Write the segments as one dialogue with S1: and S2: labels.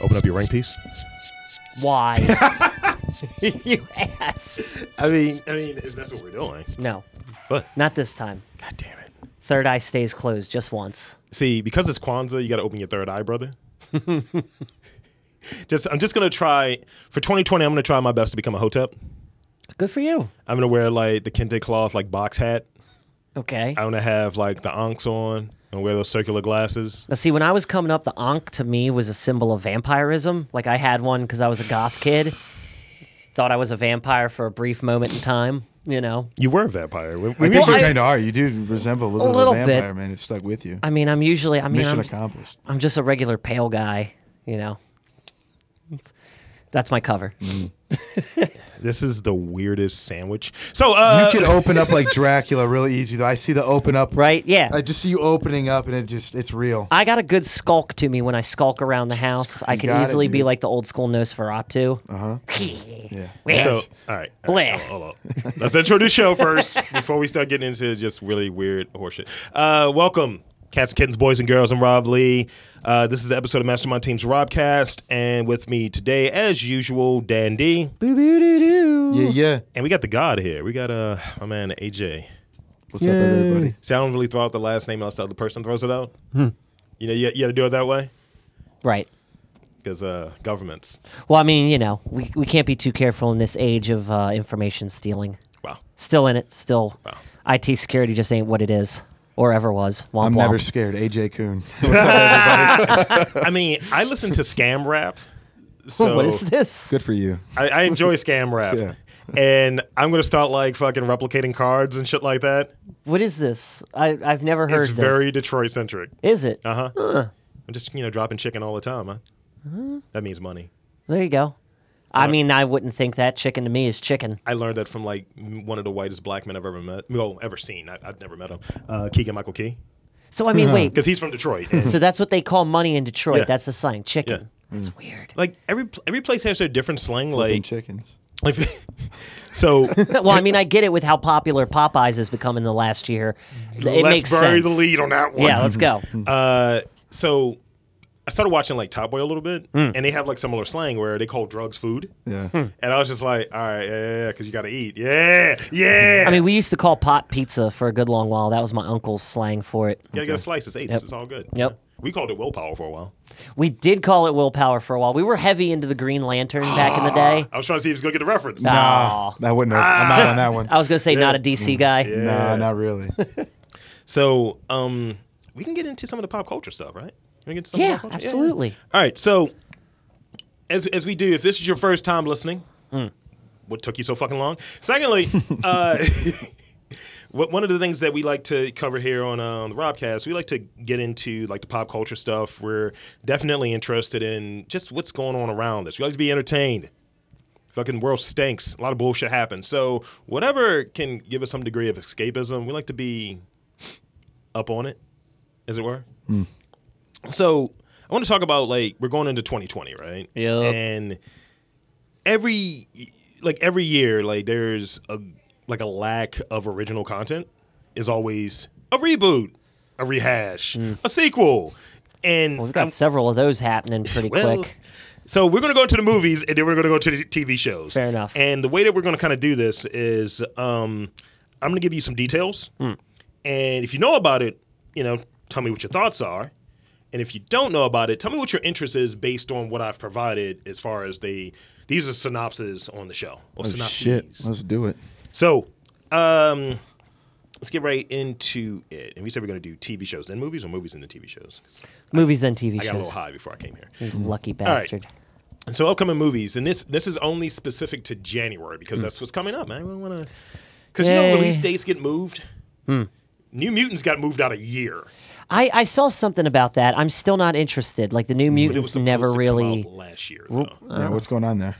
S1: Open up your ring piece.
S2: Why? you ass.
S1: I mean, I mean, if that's what we're doing.
S2: No,
S1: But
S2: not this time.
S1: god damn it.
S2: Third eye stays closed just once.
S1: See, because it's Kwanzaa, you got to open your third eye, brother. just, I'm just gonna try for 2020. I'm gonna try my best to become a hotep.
S2: Good for you.
S1: I'm gonna wear like the kente cloth, like box hat.
S2: Okay.
S3: Um,
S1: I'm gonna have like the onks on and wear those circular glasses.
S2: Now, see, when I was coming up, the Ankh to me was a symbol of vampirism. Like, I had one because I was a goth kid. Thought I was a vampire for a brief moment in time, you know?
S1: You were a vampire. We- we-
S3: I think
S2: Well,
S3: you
S2: I-
S3: kind of are. You do resemble a little,
S2: A
S3: bit
S2: little
S3: of a vampire,
S2: bit.
S3: man. It stuck with you.
S2: I mean, I'm usually, I mean,
S3: Mission
S2: I'm,
S3: accomplished.
S2: I'm just a regular pale guy, you know? It's- that's my cover.
S1: this is the weirdest sandwich. So, uh,
S3: you could open up like Dracula really easy, though. I see the open up.
S2: Right? Yeah.
S3: I just see you opening up, and it just it's real.
S2: I got a good skulk to me when I skulk around the house. I can
S3: got it,
S2: easily be
S3: dude. Uh-huh.
S2: like the old school Nosferatu. Uh
S3: Yeah.
S2: huh.
S1: So, all right. all right,
S2: Blech.
S1: hold on, hold on. Let's introduce show first before we start getting into just really weird horseshit. Uh, welcome, cats, kittens, boys, and girls. I'm Rob Lee. Uh, this is the episode of Mastermind Team's Robcast. And with me today, as usual, Dan D.
S3: Yeah, yeah.
S1: And we got the God here. We got uh, my man, AJ.
S3: What's up, everybody?
S1: See, I don't really throw out the last name unless the other person throws it out.
S2: Hmm.
S1: You know, you, you got to do it that way
S2: Right.
S1: because uh, governments.
S2: Well, I mean, you know, we, we can't be too careful in this age of uh, information stealing.
S1: Wow.
S2: Still in it. Still,
S1: Wow.
S2: IT security just ain't what it is or ever was. Womp
S3: I'm
S2: womp.
S3: never scared. AJ Coon. What's up, everybody?
S1: I mean, I listen to scam rap. So
S2: what is this?
S3: Good for you.
S1: I, I enjoy scam rap.
S3: Yeah.
S1: And I'm gonna start like fucking replicating cards and shit like that.
S2: What is this? I I've never heard
S1: It's
S2: this.
S1: very Detroit centric.
S2: Is it?
S1: Uh huh. I'm just you know dropping chicken all the time, huh?
S2: Uh-huh.
S1: That means money.
S2: There you go.
S1: uh,
S2: I mean, I wouldn't think that chicken to me is chicken.
S1: I learned that from like m- one of the whitest black men I've ever met. Well, ever seen. I, I've never met him. Uh, Keegan Michael Key,
S2: So I mean, wait.
S1: because he's from Detroit. and,
S2: so that's what they call money in Detroit.
S1: Yeah.
S2: That's a slang, chicken.
S1: Yeah.
S2: That's
S3: Mm.
S2: weird.
S1: like every pl- every place has their different slang.
S3: Flipping
S1: Like,
S3: chickens.
S1: like- so
S2: well, I mean, I get it with how popular Popeyes has become in the last year. It
S1: let's
S2: makes
S1: bury
S2: sense.
S1: the lead on that one.
S2: Yeah, let's go.
S1: Uh, so I started watching like Top Boy a little bit,
S2: Mm.
S1: and they have like similar slang where they call drugs food.
S3: Yeah.
S2: Hmm.
S1: And I was just like, all right, yeah, yeah, because you got to eat. Yeah, yeah.
S2: I mean, we used to call pot pizza for a good long while. That was my uncle's slang for it.
S1: you got to get a slice. It's eights.
S2: Yep.
S1: It's all good.
S2: Yep.
S1: We called it willpower for a while.
S2: We did call it willpower for a while. We were heavy into the Green Lantern back in the day.
S1: I was trying to see if he's going to get the reference.
S3: Nah,
S2: Aw.
S3: Ah,
S2: Ah.
S3: that wouldn't. Have, I'm out on that one.
S2: I was going to say, not a
S1: Mm.
S2: DC guy.
S3: Nah, not really. Oh,
S1: So um, we can get into some of the pop culture stuff, right? We can get to some of the
S2: Yeah,
S1: pop culture?
S2: absolutely.
S1: All right. So as, as we do, if this is your first time listening, what took you so fucking long? Secondly, uh, what, one of the things that we like to cover here on, uh, on the Robcast, we like to get into like the pop culture stuff. We're definitely interested in just what's going on around us. We like to be entertained. Fucking world stinks. A lot of bullshit happens. So whatever can give us some degree of escapism, we like to be up on it, as it were.
S2: Hmm.
S1: So I want to talk about like we're going into 2020, right?
S2: Yep.
S1: And every like every year, like there's a like a lack of original content is always a reboot, a rehash, a sequel, and
S2: Hmm. We've got
S1: I'm-
S2: several of those happening pretty
S1: well,
S2: quick.
S1: So we're going to go into the movies, and then we're going to go to the TV shows.
S2: Fair enough.
S1: And the way that we're going to kind of do this is, um, I'm going to give you some details,
S2: Hmm.
S1: and if you know about it, you know, tell me what your thoughts are, and if you don't know about it, tell me what your interest is based on what I've provided as far as the these are synopses on the show or
S3: Oh,
S1: synopses.
S3: shit, let's do it.
S1: So, um, let's get right into it. And we said we're going to do TV shows then movies or movies and then TV shows.
S2: Movies and TV
S1: I got a little
S2: shows.
S1: high before I came here.
S2: You Lucky bastard.
S1: And so upcoming movies, and this this is only specific to January because that's what's coming up, man. We want to because you know
S2: Yay.
S1: release dates get moved. New Mutants got moved out a year.
S2: I, I saw something about that. I'm still not interested. Like, the New
S1: But it was
S2: Mutants
S1: supposed
S2: never
S1: to come
S2: really.
S1: out last year. Though.
S2: Uh.
S3: Yeah, what's going on there?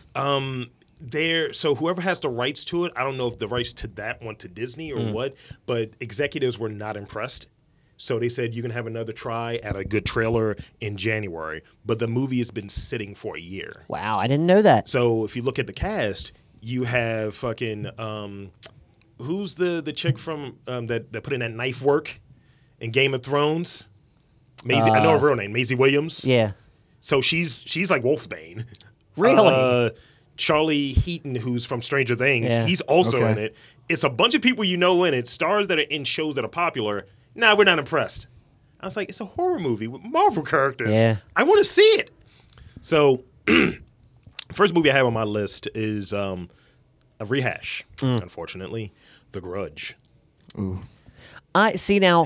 S1: There, so whoever has the rights to it, I don't know if the rights to that went to Disney or what, but executives were not impressed. So they said you can have another try at a good trailer in January, but the movie has been sitting for a year.
S2: Wow, I didn't know that.
S1: So if you look at the cast, you have fucking um, who's the the chick from um, that that put in that knife work in Game of Thrones? Maisie, I know her real name, Maisie Williams.
S2: Yeah.
S1: So she's she's like Wolfbane.
S2: Really?
S1: Uh, Charlie Heaton, who's from Stranger Things,
S2: Yeah.
S1: he's also
S3: Okay.
S1: in it. It's a bunch of people you know in it, stars that are in shows that are popular. Nah, we're not impressed. I was like, it's a horror movie with Marvel characters.
S2: Yeah.
S1: I want to see it. So, first movie I have on my list is um, a rehash, unfortunately, The Grudge.
S2: I see now.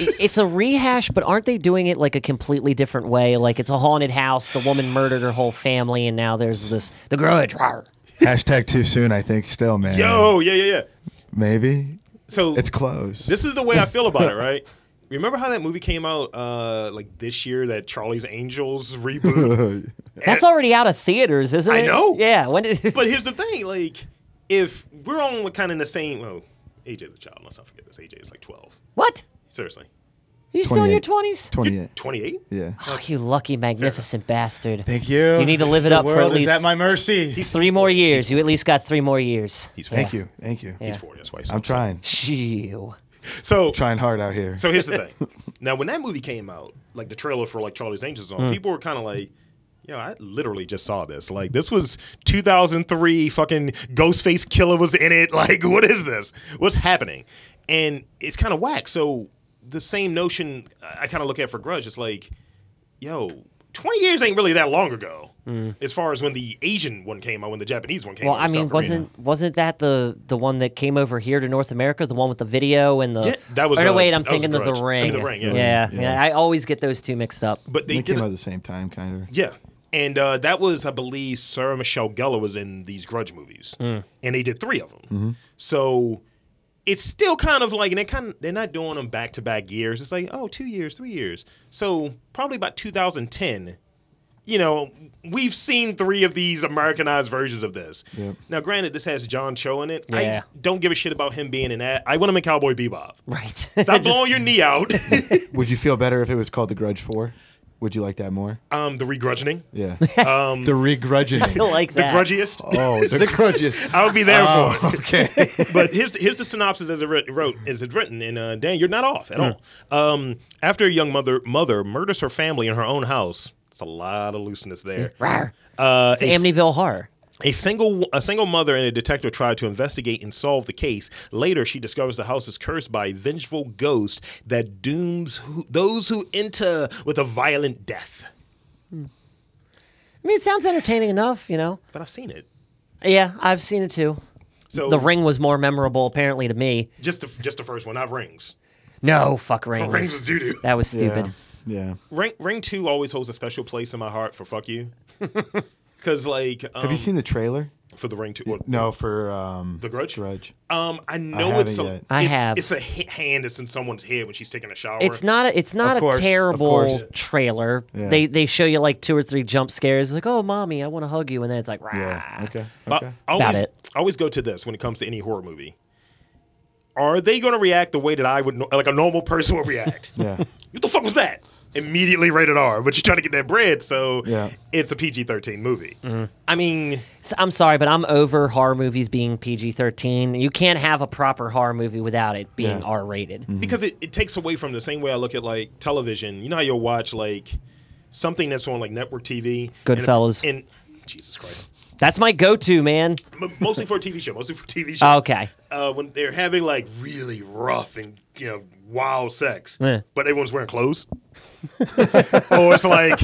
S2: i- It's a rehash, but aren't they doing it like a completely different way? Like it's a haunted house. The woman murdered her whole family, and now there's this the grudge. rawr.
S3: Hashtag too soon, I think. Still, man.
S1: Yo, yeah, yeah, yeah.
S3: Maybe
S1: So
S3: it's close.
S1: This is the way I feel about it, right? Remember how that movie came out uh, like this year, that Charlie's Angels reboot?
S2: That's already out of theaters, isn't it?
S1: I know.
S2: Yeah. When did?
S1: but here's the thing, like, if we're all kind of in the same, oh, AJ's a child. Let's not forget this. AJ is like 12.
S2: what?
S1: Seriously,
S2: You still in your
S3: 28.
S2: twenties?
S3: Twenty-eight.
S1: 28.
S3: Yeah.
S2: Oh, you lucky, magnificent bastard!
S3: Thank you.
S2: You need to live it
S3: The
S2: up for
S3: world
S2: at least
S3: is at my mercy.
S2: three more years. You at least got three more years.
S1: He's
S3: Thank
S1: 40.
S3: you. Thank you.
S1: He's
S2: Yeah.
S1: 40. That's why he's
S3: I'm trying.
S2: Phew.
S1: So
S3: Trying hard out here.
S1: So here's the thing. now, when that movie came out, like the trailer for like Charlie's Angels,
S2: Hmm.
S1: on people were kind of like, "Yo, I literally just saw this. Like, this was 2003. Fucking Ghostface Killer was in it. Like, what is this? What's happening?" And it's kind of whack. So the same notion I- I kind of look at for Grudge. It's like, yo. 20 years ain't really that long ago as far as when the asian one came out when the japanese one came
S2: Hmm. Well,
S1: out
S2: I
S1: in
S2: mean,
S1: South Korea.
S2: wasn't wasn't that the the one that came over here to North America? The one with the video and the
S1: Yeah, that was,
S2: Oh, no,
S1: uh,
S2: wait, I'm
S1: that was The
S2: thinking of
S1: Grudge.
S2: the
S1: I
S2: ring.
S1: mean, The Ring, yeah.
S2: yeah,
S3: Yeah.
S2: yeah, I always get those two mixed up.
S1: but they
S3: They
S1: did
S3: came
S1: a-
S3: out at the same time, kind of.
S1: Yeah. And uh, that was, I believe, Sarah Michelle Gellar was in these Grudge movies,
S2: Mm.
S1: and they did three of them.
S2: Mm-hmm.
S1: So it's still kind of like, and they kind of, they're not doing them back to back years. It's like, oh, two years, three years. So probably about 2010, you know, we've seen three of these Americanized versions of this.
S3: Yep.
S1: Now, granted, this has John Cho in it.
S2: Yeah.
S1: I don't give a shit about him being in that. I want him in Cowboy Bebop.
S2: Right.
S1: Stop
S2: Just-
S1: blowing your knee out.
S3: Would you feel better if it was called The Grudge Four? Would you like that more?
S1: um, the regrudgeoning,
S3: Yeah. the
S2: I
S3: regrudging.
S2: like
S1: the
S2: that.
S1: grudgiest.
S3: oh, the grudges.
S1: I would be there for it.
S3: Oh, okay.
S1: but here's here's the synopsis as it writ- wrote as it written. And uh, Dan, you're not off
S2: Hmm.
S1: at all. Um, after a young mother mother murders her family in her own house, it's a lot of looseness there.
S2: Rawr.
S1: Uh,
S2: It's Amityville horror.
S1: a single a single mother and a detective try to investigate and solve the case. Later, she discovers the house is cursed by a vengeful ghost that dooms who, those who enter with a violent death.
S2: I mean, it sounds entertaining enough, you know.
S1: But I've seen it.
S2: Yeah, I've seen it too.
S1: So
S2: The ring was more memorable, apparently, to me.
S1: just the, just the first one, not rings.
S2: No, fuck rings.
S1: Rings is doo doo.
S2: That was stupid.
S3: Yeah.
S1: Ring Ring Two always holds a special place in my heart for fuck you, because like um,
S3: Have you seen the trailer?
S1: for the Ring Two? Or,
S3: No, for um,
S1: The Grudge?
S3: Grudge.
S1: Um, I know
S3: haven't
S1: it's a,
S3: yet.
S2: I
S1: it's,
S2: have.
S1: It's a hi- hand that's in someone's head when she's taking a shower.
S2: It's not a, it's not
S3: Of course,
S2: a
S3: of
S2: terrible
S3: course.
S2: trailer.
S3: Yeah.
S2: They they show you like two or three jump scares, like oh mommy, I want to hug you, and then it's like rah.
S3: Yeah. Okay.
S1: But
S3: Okay.
S1: I
S2: about
S1: always,
S2: it.
S1: I always go to this when it comes to any horror movie. Are they going to react the way that I would, no- like a normal person would react?
S3: Yeah.
S1: What the fuck was that? Immediately rated R, but you're trying to get that bread, so
S3: Yeah.
S1: it's a PG-13 movie.
S2: Mm-hmm.
S1: I mean,
S2: S- I'm sorry, but I'm over horror movies being PG-13. You can't have a proper horror movie without it being
S3: Yeah.
S2: R-rated.
S1: because it, it takes away from the same way I look at like television. You know how you'll watch like something that's on like network TV. and-
S2: Goodfellas.
S1: And, Jesus Christ,
S2: That's my go-to, man.
S1: M- mostly for a TV show. Mostly for TV show.
S2: Okay.
S1: Uh, when they're having like really rough and you know wild sex,
S2: Yeah.
S1: but everyone's wearing clothes. or it's like,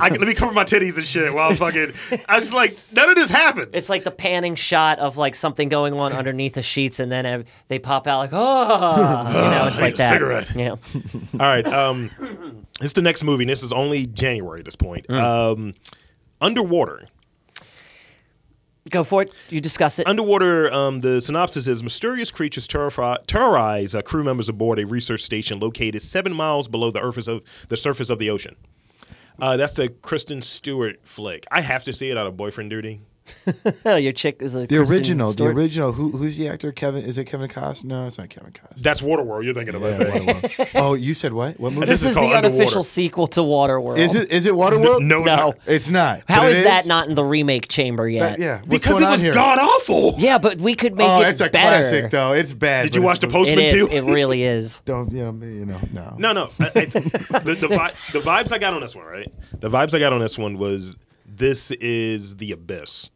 S1: I can, let me cover my titties and shit while I'm fucking. I was just like, none of this happens.
S2: It's like the panning shot of like something going on underneath the sheets, and then ev- they pop out like oh, you know, it's
S1: I
S2: like
S1: need a
S2: that.
S1: cigarette.
S2: Yeah.
S1: All right. Um, this is the next movie. And this is only January at this point.
S2: Mm.
S1: Um, underwater.
S2: Go for it. You discuss it.
S1: Underwater, um, the synopsis is mysterious creatures terrify, terrorize uh, crew members aboard a research station located seven miles below the surface of the surface of the ocean. Uh, that's the Kristen Stewart flick. I have to see it out of boyfriend duty.
S2: Your chick is a
S3: The original, the
S2: Stewart.
S3: original. Who, who's the actor? Kevin? Is it Kevin Costner? No, it's not Kevin Costner.
S1: That's Waterworld. You're thinking about
S3: Yeah,
S1: that.
S3: Waterworld. oh, you said what? What movie?
S1: This
S2: This
S1: is
S2: is, the
S1: called Underwater.
S2: unofficial sequel to Waterworld.
S3: Is it is it Waterworld?
S1: No, it's
S2: No.
S1: not.
S3: it's not.
S2: How
S3: but it
S2: is that not in the remake chamber
S3: That-
S2: yet?
S3: yeah, what's
S1: because
S3: going
S1: it
S3: on
S1: was
S3: here?
S1: god awful.
S2: Yeah, but we could make
S3: Oh,
S2: it
S3: it's a
S2: better.
S3: classic though. It's bad.
S1: Did you
S3: but
S1: watch the
S3: it's-
S2: It
S1: Postman
S2: is.
S1: too?
S2: It really is.
S3: Don't you know? You know no.
S1: No, no. I, I, the, the, vi- the vibes I got on this one, right? The vibes I got on this one was this is the abyss.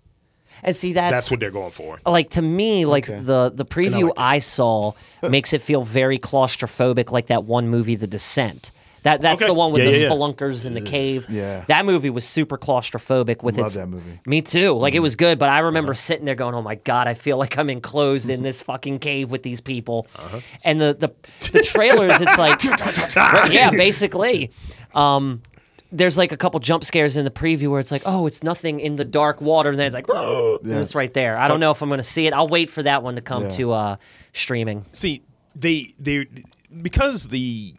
S2: And see, that's
S1: That's what they're going for.
S2: like to me, like
S3: Okay.
S2: the the
S1: I
S2: preview
S1: like that.
S2: I saw makes it feel very claustrophobic, like that one movie, The Descent. That that's
S1: Okay.
S2: the one with
S1: Yeah,
S2: the
S1: yeah, yeah.
S2: spelunkers in the cave.
S3: Yeah.
S2: that movie was super claustrophobic. With
S3: Love
S2: its,
S3: that movie. Mm. Uh-huh.
S2: Me too. Like it was good, but I remember sitting there going, "Oh my god, I feel like I'm enclosed in this fucking cave with these people."
S1: Uh-huh.
S2: And the the the trailers, it's like, Right, yeah, basically. Um, there's like a couple jump scares in the preview where it's like, oh, it's nothing in the dark water, and then it's like,
S1: Oh.
S2: and it's right there. I don't know if I'm going to see it. I'll wait for that one to come
S3: Yeah.
S2: to uh, streaming.
S1: See, they they because the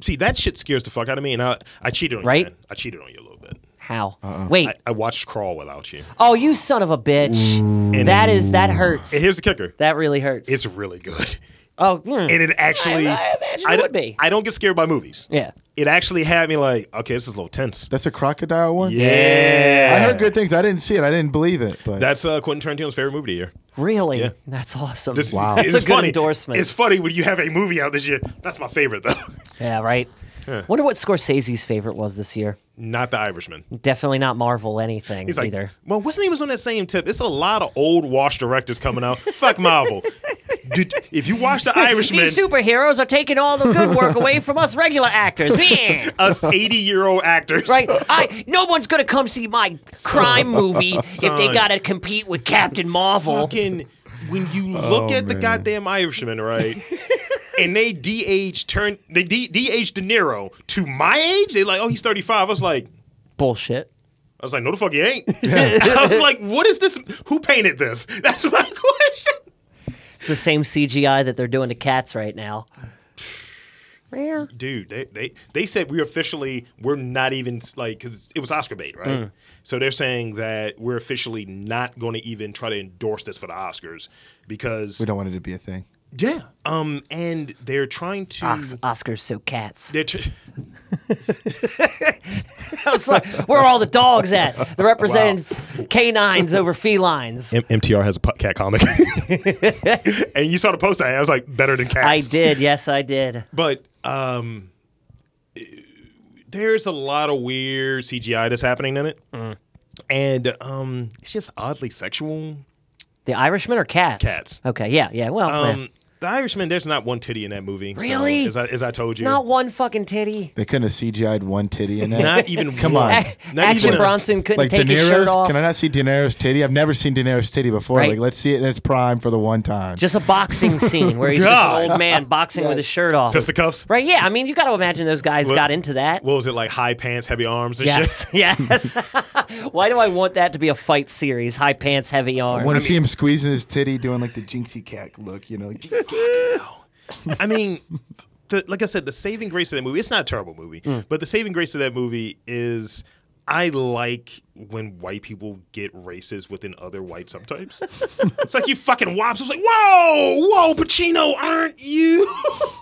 S1: see that shit scares the fuck out of me, and I I cheated on
S2: Right?
S1: you. Man. I cheated on you a little bit.
S2: How? Wait.
S1: I, I watched Crawl without you.
S2: oh, you son of a bitch.
S1: And
S2: That is that hurts.
S1: And here's the kicker:
S2: that really hurts.
S1: it's really good,
S2: oh, mm.
S1: and it actually
S2: I imagine it
S1: don't-
S2: would be.
S1: I don't get scared by movies.
S2: yeah.
S1: It actually had me like, okay, this is a little tense.
S3: That's a crocodile one.
S1: Yeah,
S3: I heard good things. I didn't see it. I didn't believe it. But
S1: That's uh, Quentin Tarantino's favorite movie of the year.
S2: Really?
S1: Yeah.
S2: That's awesome.
S1: This-
S2: That's Oh, a good
S1: funny.
S2: endorsement.
S1: It's funny when you have a movie out this year. That's my favorite though.
S2: yeah, right. Wonder what Scorsese's favorite was this year.
S1: Not the Irishman.
S2: Definitely not Marvel anything
S1: He's like,
S2: either.
S1: well, what's the name was on that same tip? It's a lot of old wash directors coming out. Fuck Marvel. Dude, if you watch the Irishman,
S2: These superheroes are taking all the good work away from us regular actors. Yeah.
S1: us eighty-year-old actors,
S2: Right? I no one's gonna come see my crime movie if they
S1: Son.
S2: gotta compete with Captain Marvel.
S1: Fucking, when you look at the
S3: man.
S1: goddamn Irishman, right? and they DH turn they D- DH De Niro to my age. They like, oh, he's thirty-five. I was like.
S2: Bullshit.
S1: I was like, no, the fuck, you ain't. I was like, what is this? Who painted this? That's my question.
S2: It's the same CGI that they're doing to cats right now. Rare.
S1: Dude, they, they, they said we officially, we're not even, like, because it was Oscar bait, right? So they're saying that we're officially not going to even try to endorse this for the Oscars because,
S3: we don't want it to be a thing.
S1: yeah. Um, and they're trying to.
S2: Os- Oscars so cats.
S1: they're tr-
S2: I was like, where are all the dogs at? They're representing f- canines over felines.
S1: M- MTR has a pu- cat comic. and you saw the post I had. I was like, better than cats.
S2: I did, yes, I did.
S1: But um, there's a lot of weird CGI that's happening in it, and um, it's just oddly sexual.
S2: The Irishman or cats?
S1: Cats.
S2: Okay, yeah, yeah. Well,
S1: Um,
S2: yeah.
S1: The Irishman, there's not one titty in that movie. so,
S2: Really?
S1: as, I, as I told you,
S2: not one fucking titty.
S3: They couldn't have CGI'd one titty in that.
S1: Not even
S3: Come
S1: one.
S3: on.
S1: Not
S2: Action
S1: even a-
S2: Bronson couldn't
S3: Like
S2: take his shirt
S3: Daenerys,
S2: off.
S3: can I not see Daenerys titty? I've never seen Daenerys titty before.
S2: Right.
S3: Like, let's see it in its prime for the one time.
S2: just a boxing scene where he's just
S1: God.
S2: an old man boxing with his shirt off.
S1: fisticuffs.
S2: Right, yeah. I mean, you got to imagine those guys
S1: Well-
S2: got into that.
S1: What was it like? High pants, heavy arms, and shit.
S2: yes, yes. Why do I want that to be a fight series? High pants, heavy
S3: I
S2: arms.
S3: want to see him squeezing his titty, doing like the Jinxie cat look. You know, like,
S1: I mean, the, like I said, the saving grace of that movie, it's not a terrible movie,
S2: Mm.
S1: but the saving grace of that movie is I like when white people get racist within other white subtypes. it's like you fucking wops. It's like, whoa, whoa, Pacino, aren't you?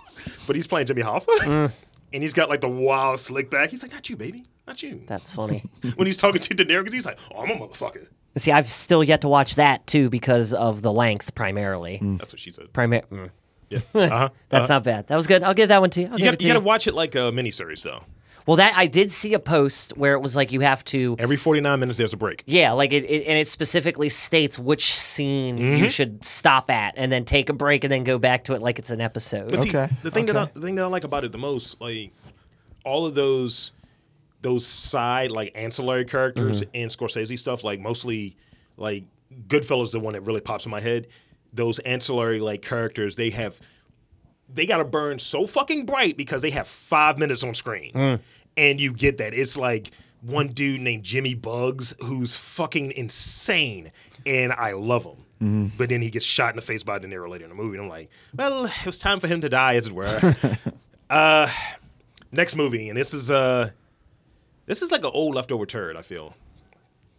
S1: but he's playing Jimmy Hoffa.
S2: Mm.
S1: And he's got like the wild slick back. He's like, not you, baby. Not you.
S2: That's funny.
S1: when he's talking to De Niro, 'cause he's like, oh, I'm a motherfucker.
S2: see, I've still yet to watch that too because of the length, primarily.
S1: That's what she said.
S2: Primar- mm.
S1: Yeah.
S3: Hmm.
S1: Uh-huh.
S2: That's not bad. That was good. I'll give that one to you. I'll
S1: You
S2: give
S1: got
S2: it to
S1: you got to
S2: you.
S1: watch it like a miniseries, though.
S2: well, that I did see a post where it was like you have to.
S1: Every 49 minutes, there's a break.
S2: Yeah, like it, it, and it specifically states which scene
S1: Mm-hmm.
S2: you should stop at, and then take a break, and then go back to it like it's an episode.
S1: But see,
S3: Okay,
S1: the thing that I,
S3: okay.
S1: the thing that I like about it the most, like all of those those side like ancillary characters
S3: Mm-hmm.
S1: and Scorsese stuff, like mostly like Goodfellas, the one that really pops in my head. Those ancillary like characters, they have they got to burn so fucking bright because they have five minutes on screen, and you get that it's like. One dude named Jimmy Bugs, who's fucking insane, and I love him. But then he gets shot in the face by De Niro later in the movie, and I'm like, well, it was time for him to die, as it were. uh, next movie, and this is uh, this is like an old leftover turd. I feel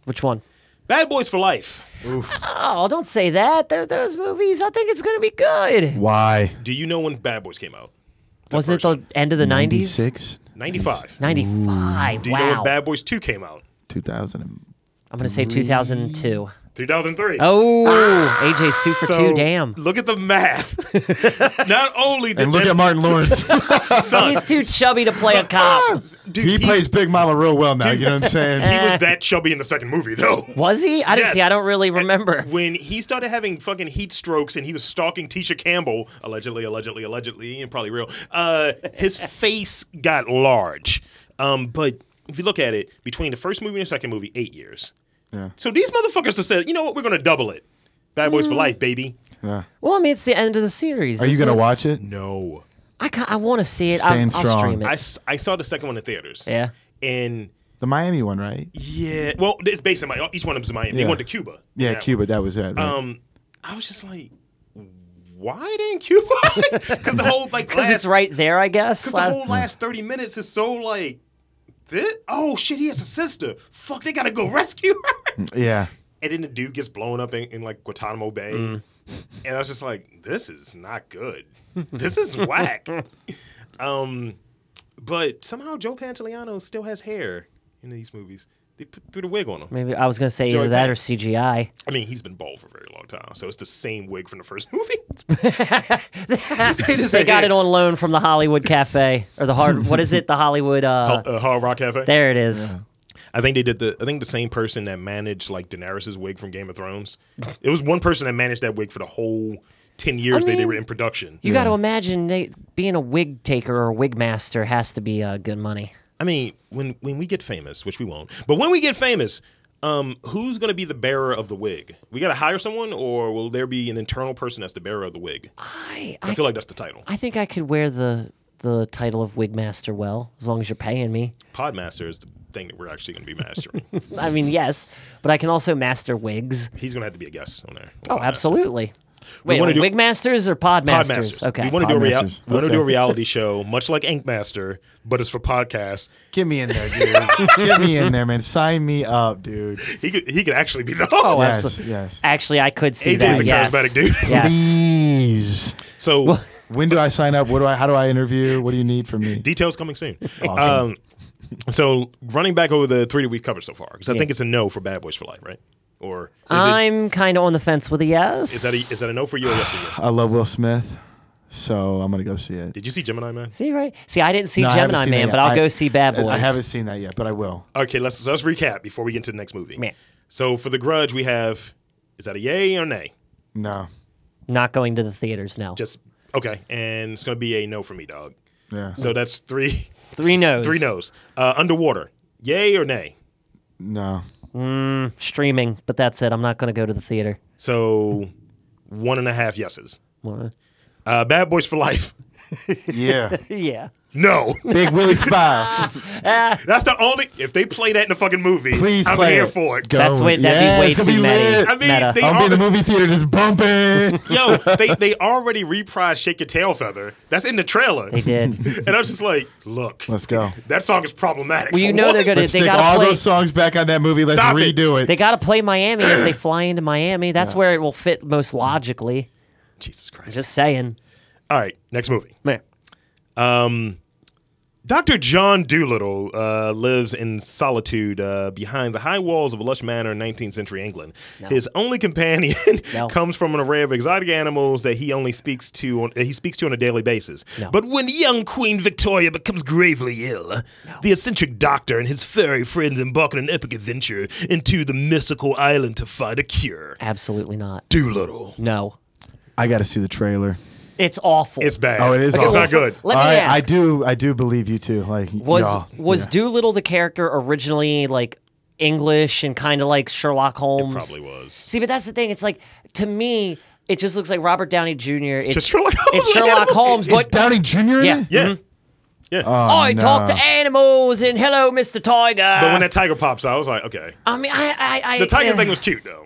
S2: Which one?
S1: Bad Boys for Life.
S2: Oh, don't say that. Tho- those movies, I think it's going to be good.
S3: Why?
S1: Do you know when Bad Boys came out?
S2: Wasn't it the end of the 90s?
S3: 96?
S1: 95.
S2: 95.
S1: Do you know
S2: wow.
S1: when Bad Boys 2 came out?
S3: 2000. and-
S2: I'm going to say 2002.
S1: 2003.
S2: Oh, AJ's two for two. Damn.
S1: Look at the math. Not only did
S3: And look
S1: that-
S3: at Martin Lawrence.
S1: son,
S2: He's too chubby to play a cop.
S1: dude,
S3: he plays Big Mama real well now. You know what I'm
S1: He
S3: saying?
S1: was that chubby in the second movie, though.
S2: Was he? I
S1: Yes.
S2: don't see. I don't really remember.
S1: When he started having fucking heat strokes and he was stalking Tisha Campbell, allegedly, allegedly, allegedly, and probably real, uh, his face got large. Um, but if you look at it, between the first movie and the second movie, eight years.
S3: Yeah.
S1: So these motherfuckers have said, you know what, we're going to double it. Bad Boys for
S2: Mm.
S1: Life, baby.
S3: Yeah.
S2: Well, I mean, it's the end of the series.
S3: Are you
S2: isn't
S3: gonna
S2: it?
S3: watch it?
S1: No.
S2: I, ca- I want to see it. I,
S3: Stand
S2: I'll
S3: strong.
S2: stream
S1: I,
S2: it.
S1: s- I saw the second one in theaters.
S2: Yeah.
S1: And
S3: The Miami one, right?
S1: yeah, well, it's based in Miami. Each one of them's in Miami. They
S3: Yeah.
S1: went to Cuba.
S3: Yeah, Cuba. That was it. Right?
S1: Um, I was just like, why didn't Cuba? Because the whole like
S2: Because
S1: last-
S2: it's right there, I guess.
S1: 'cause the
S2: I-
S1: whole last thirty minutes is so like. This? Oh shit! He has a sister. Fuck! They gotta go rescue her.
S3: yeah.
S1: And then the dude gets blown up in, in like Guantanamo Bay,
S3: Mm.
S1: and I was just like, "This is not good. This is whack." um, but somehow Joe Pantoliano still has hair in these movies. They put threw the wig on him.
S2: Maybe I was gonna say either
S1: Joey
S2: that
S1: Pat-
S2: or CGI.
S1: I mean, he's been bald for a very long time, so it's the same wig from the first movie.
S2: They got it on loan from the Hollywood Cafe or the hard. what is it? The Hollywood. Uh,
S1: uh, Hard Rock Cafe.
S2: there it is.
S1: I think they did the. I think the same person that managed like Daenerys's wig from Game of Thrones. It was one person that managed that wig for the whole ten years that they
S2: mean-
S1: were in production.
S2: You got to imagine they, being a wig taker or a wig master has to be uh, good money.
S1: I mean, when when we get famous, which we won't, but when we get famous, um, who's going to be the bearer of the wig? We got to hire someone, or will there be an internal person that's the bearer of the wig?
S2: I,
S1: 'Cause I
S2: I,
S1: feel like that's the title.
S2: I think I could wear the the title of wig master well as long as you're paying me.
S1: Podmaster is the thing that we're actually going to be mastering.
S2: I mean, yes, but I can also master wigs.
S1: He's going to have to be a guest on there.
S2: Oh, absolutely. Wait,
S1: wanna
S2: are
S1: do-
S2: wig masters or pod
S1: Podmasters.
S2: masters? Okay.
S1: We want to do a rea-
S3: Podmasters.
S1: we want to
S3: Okay.
S1: do a reality show, much like Ink Master, but it's for podcasts.
S3: Get me in there, dude. Get me in there, man. Sign me up, dude.
S1: He could he could actually be the host.
S2: Oh,
S3: yes,
S2: absolutely.
S3: yes.
S2: Actually, I could see
S1: AJ
S2: that.
S1: is a
S2: yes.
S1: charismatic dude.
S2: Yes.
S3: Please.
S1: So
S3: When do I sign up? What do I? How do I interview? What do you need from me?
S1: details coming soon.
S3: Awesome.
S1: Um, so running back over the three that we've covered so far, because I
S2: Yeah.
S1: think it's a no for Bad Boys for Life, right? Or is, it,
S2: I'm kind of on the fence with a yes.
S1: is that a, is that a no for you or yes for you?
S3: I love Will Smith, so I'm gonna go see it.
S1: Did you see Gemini Man?
S2: See right? See, I didn't see
S3: No, I haven't
S2: Gemini
S3: seen that
S2: Man,
S3: yet.
S2: but I'll
S3: I-
S2: go see Bad Boys.
S3: I haven't seen that yet, but I will.
S1: Okay, let's let's recap before we get into the next movie.
S2: Yeah.
S1: So for the Grudge, we have is that a yay or nay?
S3: No.
S2: Not going to the theaters now.
S1: Just okay, and it's gonna be a no for me, dog.
S3: Yeah.
S2: Mm.
S1: So that's three
S2: three no's.
S1: three no's. Uh, underwater, yay or nay?
S3: no.
S2: Streaming, but that's it. I'm not going to go to the theater.
S1: So one and a half yeses.
S2: Wanna-
S1: Uh, Bad Boys for Life.
S3: Yeah.
S2: Yeah.
S1: No,
S3: Big Willie Spy.
S1: that's the only. If they play that in the fucking movie,
S3: Please
S1: I'm
S3: play
S1: here
S3: it.
S1: for it.
S3: Go.
S2: That's way- that'd be
S3: Oh, Yeah,
S2: way
S3: it's gonna
S2: too
S3: be
S2: many.
S3: lit.
S1: I mean,
S2: Meta.
S1: they
S3: I'll be in the
S1: already,
S3: movie theater just bumping.
S1: yo, they they already reprised "Shake Your Tail Feather." That's in the trailer.
S2: They did.
S1: and I was just like, look,
S3: Let's go.
S1: that song is problematic.
S2: Well, you
S1: for
S2: know
S1: one.
S2: they're gonna.
S3: Let's
S2: They
S3: stick
S2: gotta
S3: all
S2: play.
S3: those songs back on that movie. Let's
S1: Stop it.
S3: redo it.
S2: They gotta play Miami as they fly into Miami. That's where it will fit most logically.
S1: Jesus Christ.
S2: Just saying.
S1: All right, next movie.
S2: Man.
S1: Dr. John Doolittle uh, lives in solitude uh, behind the high walls of a lush manor in 19th century England. His only companion
S2: No.
S1: comes from an array of exotic animals that he only speaks to on, that he speaks to on a daily basis.
S2: No.
S1: But when young Queen Victoria becomes gravely ill, the eccentric doctor and his furry friends embark on an epic adventure into the mystical island to find a cure.
S2: Absolutely not.
S1: Doolittle.
S2: No.
S3: I got to see the trailer.
S2: It's awful.
S1: It's bad.
S3: Oh, it is
S1: Like, it's
S3: awful.
S1: not good.
S2: Let me
S3: I,
S2: ask.
S3: I do. I do believe you too. Like
S2: was
S3: y'all.
S2: was
S3: Yeah.
S2: Doolittle the character originally like English and kind of like Sherlock Holmes?
S1: Probably was.
S2: See, but that's the thing. It's like to me, it just looks like Robert Downey Jr. It's
S1: Just Sherlock Holmes.
S2: It's Sherlock Holmes,
S1: It's-
S2: but
S3: Is Downey Jr. in
S2: yeah.
S3: it?
S1: Yeah. Yeah.
S2: I
S3: no.
S2: talk to animals and hello, Mr. Tiger.
S1: but when that tiger pops out, I was like, okay.
S2: I mean, I, I, I
S1: The tiger
S2: uh,
S1: thing was cute though.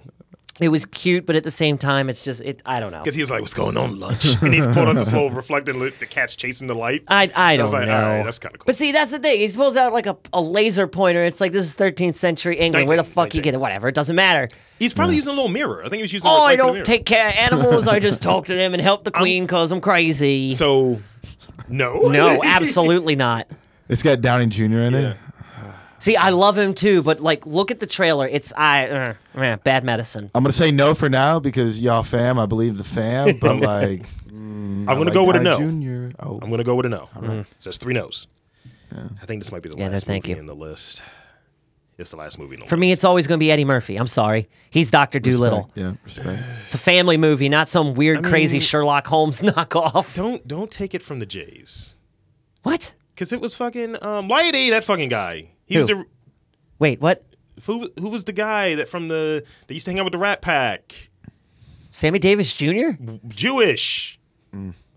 S2: it was cute, but at the same time, it's just it. I don't know.
S1: Because he was like, "What's going on, lunch?" and he's pulled out this whole reflecting. li- The cat's chasing the light.
S2: I, I don't
S1: was like, uh,
S2: know.
S1: all right, that's kind of cool.
S2: But see, that's the thing. He pulls out like a, a laser pointer. It's like this is 13th century England. Where the
S1: 19,
S2: fuck you get it? Whatever. It doesn't matter.
S1: He's probably using a little mirror. I think he was using. a
S2: Oh, I
S1: reflecting
S2: don't
S1: mirror.
S2: take care of animals. I just talk to them and help the queen because I'm crazy.
S1: So, no,
S2: no, absolutely not.
S4: It's got Downey Jr. in it.
S2: See, I love him too, but like, look at the trailer. It's I uh, eh, bad medicine.
S4: I'm gonna say no for now because y'all fam. I believe the fam, but like
S1: I'm
S4: Oh
S1: gonna go with a no.
S4: Junior. Oh,
S1: I'm gonna go with a no. So it's three no's. I think this might be the
S2: Yeah, no,
S1: last
S2: thank
S1: movie
S2: you.
S1: in the list. It's the last movie in the
S2: For me, it's always going to be Eddie Murphy. I'm sorry, he's Doctor Doolittle.
S4: Yeah, respect.
S2: It's a family movie, not some weird, crazy
S1: mean-
S2: Sherlock Holmes knockoff.
S1: don't don't take it from the Jays
S2: What?
S1: because it was fucking um, Wyatt A. That fucking guy. He was
S2: Who?
S1: the
S2: Wait, what?
S1: who, who was the guy that from the that used to hang out with the Rat Pack,
S2: Sammy Davis Jr.
S1: Jewish,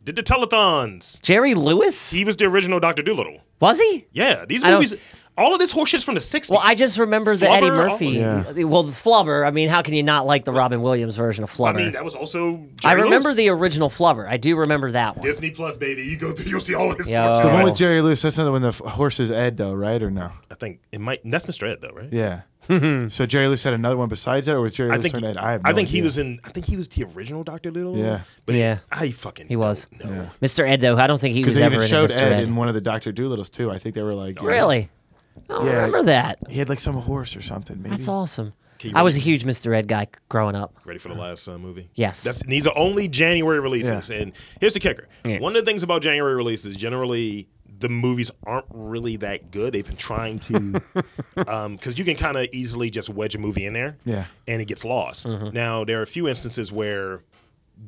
S1: did the telethons.
S2: Jerry Lewis?
S1: He was the original Doctor Doolittle.
S2: was he?
S1: Yeah, these
S2: I don't-
S1: movies. All of this horseshit's from the '60s.
S2: Well, I just remember the Eddie
S1: Flubber, all-
S2: Murphy.
S4: Yeah.
S2: Well, the Flubber. I mean, how can you not like the Robin Williams version of Flubber?
S1: I mean, that was also.
S2: I
S1: Jerry
S2: remember
S1: Lewis.
S2: the original Flubber. I do remember that one.
S1: Disney Plus, baby. You go through, you'll see all of this.
S2: Yo.
S4: The one
S2: Oh.
S4: with Jerry Lewis. That's not the one the f- horse is Ed though, right or no?
S1: I think it might. That's Mr. Ed, though, right?
S4: Yeah. so Jerry Lewis had another one besides that, or was Jerry
S1: I
S4: Lewis
S1: think.
S4: and
S1: He,
S4: Ed? Mm-hmm. I have.
S1: I
S4: no
S1: think he
S4: idea.
S1: was in. I think he was the original Doctor Little.
S4: Yeah.
S1: But
S2: Yeah.
S1: I fucking.
S2: He was.
S1: No.
S2: Mr. Ed, though, I don't think he was
S4: Because they
S2: ever
S4: even
S2: in a
S4: showed
S2: Mr.
S4: Ed,
S2: Ed.
S4: in one of the Doctor Doolittles too. I think they were like, yeah.
S2: Really? I don't
S4: Yeah.
S2: remember that.
S4: He had like some horse or something. Maybe.
S2: That's awesome.
S1: Can you
S2: I was a
S1: read-
S2: huge Mr. Ed guy growing up.
S1: Ready for the last uh, movie?
S2: Uh-huh. Yes.
S1: That's, and these are only January releases. And here's the kicker.
S2: Yeah.
S1: One of the things about January releases, generally, the movies aren't really that good. They've been trying to, because you can kind of easily just wedge a movie in there.
S4: Yeah.
S1: And it gets lost.
S2: Mm-hmm.
S1: Now, there are a few instances where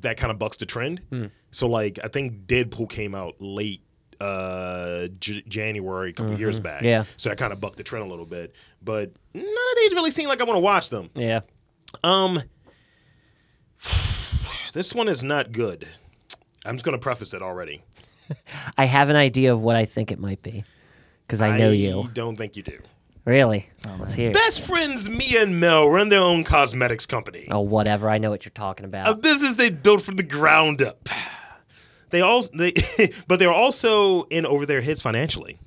S1: that kind of bucks the trend.
S2: Hmm.
S1: So, like, I think Deadpool came out late uh J- January a couple years back.
S2: Mm-hmm. Yeah.
S1: So that kind of bucked the trend a little bit. But none of these really seem like I want to watch them.
S2: Yeah.
S1: Um, this one is not good. I'm just going to preface it already.
S2: I have an idea of what I think it might be because I know you.
S1: Don't think you do.
S2: Really? Let's hear it.
S1: Best friends Mia and Mel run their own cosmetics company.
S2: Oh, whatever. I know what you're talking
S1: A
S2: about.
S1: business they built from the ground up. They all they, but they're also in over their heads financially.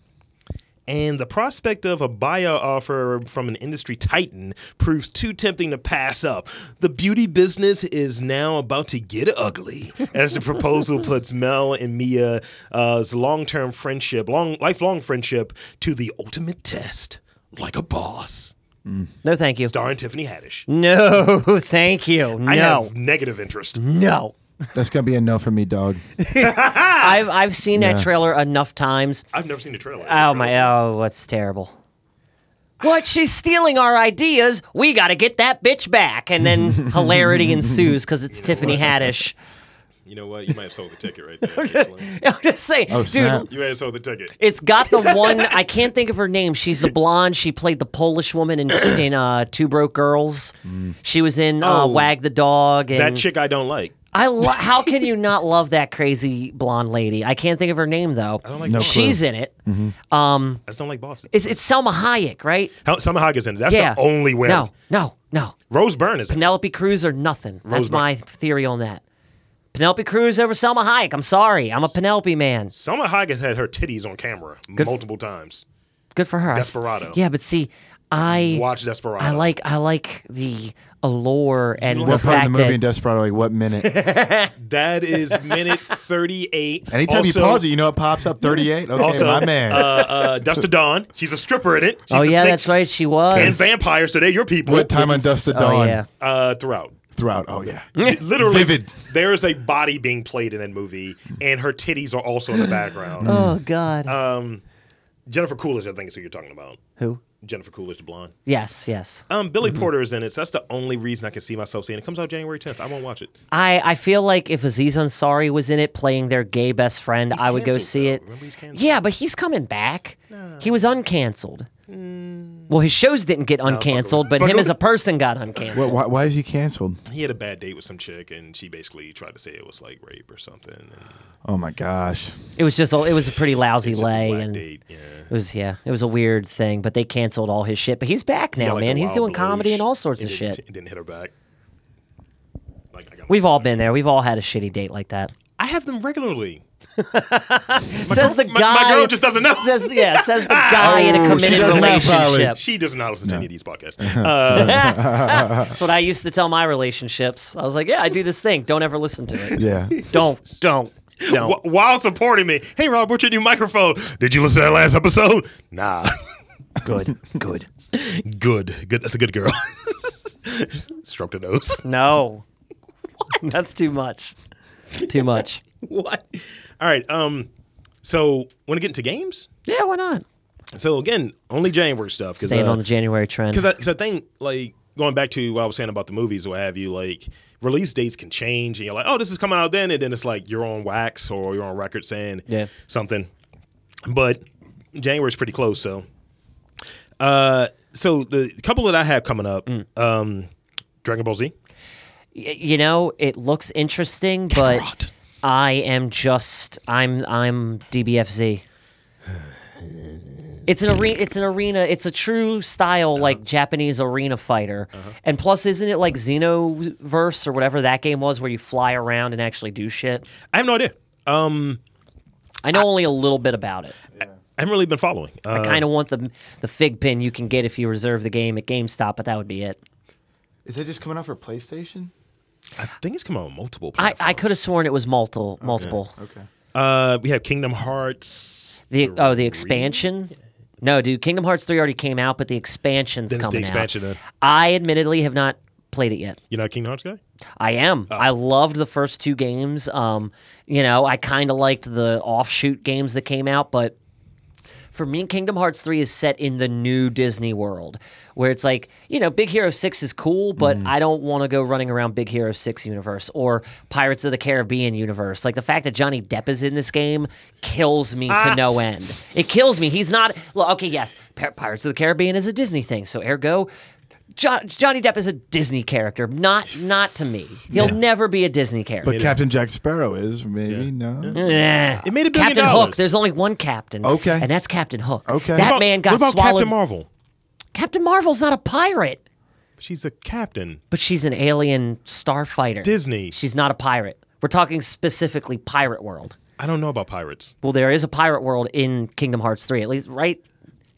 S1: And the prospect of a buyout offer from an industry titan proves too tempting to pass up. The beauty business is now about to get ugly, as the proposal puts Mel and Mia's long-term friendship, long lifelong friendship, to the ultimate test, like a boss.
S2: No, thank you.
S1: Starring Tiffany Haddish.
S2: No, thank you. No.
S1: I have negative interest.
S2: no.
S4: That's gonna be a no for me, dog.
S2: I've I've seen that
S4: Yeah.
S2: trailer enough times.
S1: I've never seen the trailer.
S2: Oh my! Oh, what's terrible? What? She's stealing our ideas. We got to get that bitch back. And then hilarity ensues because it's Tiffany Haddish.
S1: You know what? You might have sold the ticket right there. actually.
S2: I'm just saying,
S4: Oh, snap.
S2: dude.
S1: you might have sold the ticket.
S2: It's got the one I can't think of her name. She's the blonde. She played the Polish woman in in uh, Two Broke Girls.
S4: Mm.
S2: She was in uh,
S1: Oh.
S2: Wag the Dog. And
S1: That chick I don't like.
S2: I lo- how can you not love that crazy blonde lady? I can't think of her name though. I
S1: don't like
S4: No
S1: Boston.
S4: clue.
S2: She's in it.
S1: I just don't like Boston.
S2: It's, it's Selma Hayek, right?
S1: Hel- Selma Hayek's in it. That's
S2: yeah.
S1: the only way.
S2: No, no, no.
S1: Rose Byrne is in it.
S2: Penelope Cruz or nothing. That's
S1: Rosebank.
S2: my theory on that. Penelope Cruz over Selma Hayek. I'm sorry. I'm a Penelope man.
S1: Selma Hayek has had her titties on camera multiple times.
S2: Good for her. I s-
S1: Desperado.
S2: yeah, but see, I
S1: Watch Desperado.
S2: I like I like the allure and the
S4: What part of
S2: fact
S4: the movie in
S2: that
S4: Desperado? Like what minute?
S1: That is minute 38.
S4: Anytime
S1: also,
S4: you pause it, you know it pops up 38. Okay,
S1: Also,
S4: my man.
S1: Uh, uh, Dust to Dawn. She's a stripper in it. She's
S2: Oh
S1: a
S2: yeah,
S1: snake
S2: that's right. She was.
S1: And vampire, so they're your people.
S4: what time on Dust to
S2: Oh
S4: Dawn?
S2: yeah.
S1: Uh, throughout.
S4: Throughout. Oh yeah.
S1: Literally,
S4: Vivid.
S1: there is a body being played in that movie, and her titties are also in the background.
S4: Hmm.
S2: Oh god.
S1: Jennifer Coolidge, I think, is who you're talking about.
S2: Who?
S1: Jennifer Coolidge, the blonde.
S2: Yes, yes.
S1: Um, Billy Porter is in it, so that's the only reason I can see myself seeing it. It comes out January 10th. I won't watch it.
S2: I, I feel like if Aziz Ansari was in it playing their gay best friend, I would go
S1: canceled,
S2: see
S1: though.
S2: it.
S1: Remember, he's canceled.
S2: yeah, but he's coming back. He was uncanceled. Well, his shows didn't get uncanceled, but
S1: Hmm. Fuck
S2: him
S1: with
S2: as a
S1: it.
S2: person got uncanceled.
S4: What, why, why is he canceled?
S1: He had a bad date with some chick, and she basically tried to say it was like rape or something. And
S4: Oh my gosh.
S2: It was just a, it was a pretty lousy
S1: just a
S2: lay,
S1: whack
S2: and it
S1: date. Yeah.
S2: was yeah, it was a weird thing. But they canceled all his shit. But he's back now,
S1: Got, like, a
S2: man. He's
S1: wild
S2: doing comedy
S1: blush.
S2: and all sorts
S1: It
S2: of
S1: didn't-
S2: shit.
S1: It didn't hit her back.
S2: We've all been there. We've all had a shitty date like that.
S1: I have them regularly.
S2: says the
S1: my-
S2: guy.
S1: my girl just Oh, doesn't know.
S2: Says yeah. Says the guy in a committed
S4: doesn't know, probably.
S2: relationship.
S1: She does not listen to any of these podcasts. Uh,
S2: That's what I used to tell my relationships. I was like, yeah, I do this thing. Don't ever listen to it.
S4: Yeah.
S2: Don't, don't, don't.
S1: wh- while supporting me, hey Rob, what's your new microphone? Did you listen to that last episode? Nah,
S2: Good, good.
S1: good, good. That's a good girl. Stroke the nose.
S2: No. That's too much. Too much.
S1: what? All right. Um. So want to get into games?
S2: Yeah, why not?
S1: So again, only January stuff. 'cause,
S2: Staying
S1: uh,
S2: on the January trend.
S1: because I, 'cause I think like going back to what I was saying about the movies, or what have you, like release dates can change, and you're like, oh, this is coming out then, and then it's like you're on wax or you're on record saying
S2: Yeah.
S1: something. But January's pretty close, so. Uh, so the couple that I have coming up,
S2: Mm.
S1: um, Dragon Ball Z.
S2: Y- you know, it looks interesting, but
S1: Kakarot.
S2: I am just I'm I'm DBFZ. It's an arena. It's an arena. It's a true style like Japanese arena fighter. And plus, isn't it like Xenoverse or whatever that game was, where you fly around and actually do shit?
S1: I have no idea.
S2: I know only a little bit about it.
S1: I haven't really been following.
S2: I
S1: Uh,
S2: kind of want the the fig pin you can get if you reserve the game at GameStop, but that would be it.
S4: Is that just coming out for PlayStation?
S1: I think it's come out on multiple.
S2: I, I
S1: platforms.
S2: could have sworn it was multiple multiple.
S4: Okay.
S1: uh, we have Kingdom Hearts.
S2: The oh the expansion. No, dude, Kingdom Hearts three already came out, but the expansion's
S1: Then it's the
S2: coming
S1: expansion.
S2: out.
S1: Then.
S2: I admittedly have not played it yet.
S1: You know, Kingdom Hearts guy.
S2: I am.
S1: Oh.
S2: I loved the first two games. Um, you know, I kind of liked the offshoot games that came out, but for me, Kingdom Hearts 3 is set in the new Disney world where it's like, you know, Big Hero 6 is cool, but I don't want to go running around Big Hero 6 universe or Pirates of the Caribbean universe. Like the fact that Johnny Depp is in this game kills me to no end. It kills me. He's not, look, okay, yes, Pir- Pirates of the Caribbean is a Disney thing, so ergo. Jo- Johnny Depp is a Disney character, not not to me. He'll never be a Disney character.
S4: But Captain Jack Sparrow is maybe no.
S2: Eh.
S1: It made a billion
S2: Captain Hook.
S1: dollars.
S2: There's only one captain.
S4: Okay.
S2: And that's Captain Hook.
S4: Okay.
S2: That
S4: What about-
S2: man got
S1: what about
S2: swallowed.
S1: Captain Marvel?
S2: Captain Marvel's not a pirate,
S1: She's a captain.
S2: but she's an alien starfighter.
S1: Disney.
S2: She's not a pirate. We're talking specifically pirate world.
S1: I don't know about pirates.
S2: Well, there is a pirate world in Kingdom Hearts 3, at least, right?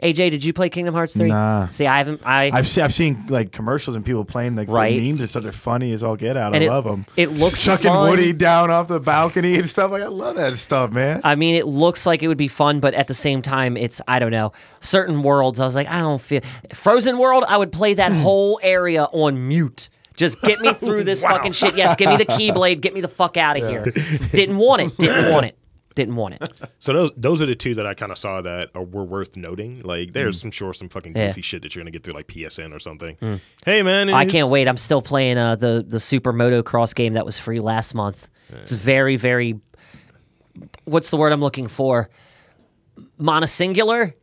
S2: AJ, did you play Kingdom Hearts 3?
S4: Nah.
S2: See, I haven't. I,
S4: I've seen I've seen like commercials and people playing like the
S2: Right.
S4: memes and stuff. They're funny as all get out.
S2: And
S4: I
S2: it-
S4: love them.
S2: it looks
S4: chucking
S2: fun.
S4: Woody down off the balcony and stuff. Like I love that stuff, man.
S2: I mean, it looks like it would be fun, but at the same time, it's I don't know. Certain worlds, I was like, I don't feel Frozen World. I would play that whole area on mute. Just get me through this fucking shit. Yes, give me the keyblade. Get me the fuck out of here. Didn't want it. Didn't want it. Didn't want it.
S1: So those those are the two that I kind of saw that are, were worth noting. Like there's some sure some fucking
S2: Mm. Yeah. Mm.
S1: goofy shit that you're gonna get through like PSN or something. Hey man,
S2: I
S1: it's-
S2: can't wait. I'm still playing uh, the the Super Motocross game that was free last month. It's very very. What's the word I'm looking for? Monosingular.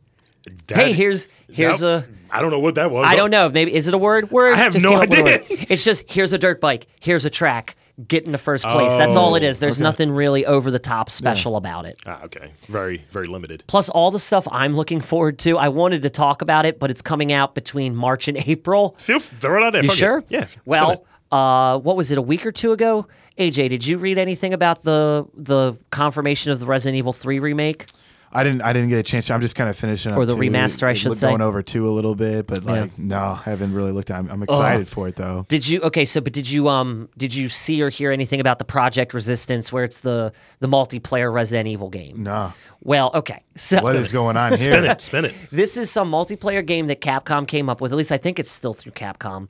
S1: that-
S2: hey, here's here's
S1: that-
S2: a
S1: I don't know what that was.
S2: I don't know. Maybe is it a word? Words.
S1: I have
S2: just
S1: no
S2: came up with a
S1: idea.
S2: word. It's just here's a dirt bike, here's a track, get into first place. That's all
S1: Oh,
S2: it is. There's nothing really over the top special about it.
S1: Ah, okay, very very limited.
S2: Plus, all the stuff I'm looking forward to. I wanted to talk about it, but it's coming out between March and April.
S1: Feel f- throw it out there.
S2: You
S1: fuck it.
S2: sure?
S1: Yeah. spin it.
S2: Well, uh, what was it? A week or two ago? AJ, did you read anything about the the confirmation of the Resident Evil Three remake?
S4: I didn't I didn't get a chance. to- I'm just kind of finishing up
S2: Or the
S4: two,
S2: remaster, I should
S4: going
S2: say.
S4: going over two a little bit, but like no, haven't really looked at. it. I'm, I'm excited for it though.
S2: Did you okay? So, but did you um did you see or hear anything about the Project Resistance, where it's the the multiplayer Resident Evil game?
S4: No,
S2: Well, okay. So
S4: what is going on
S1: spin
S4: here?
S1: it, spin it.
S2: this is some multiplayer game that Capcom came up with. At least I think it's still through Capcom,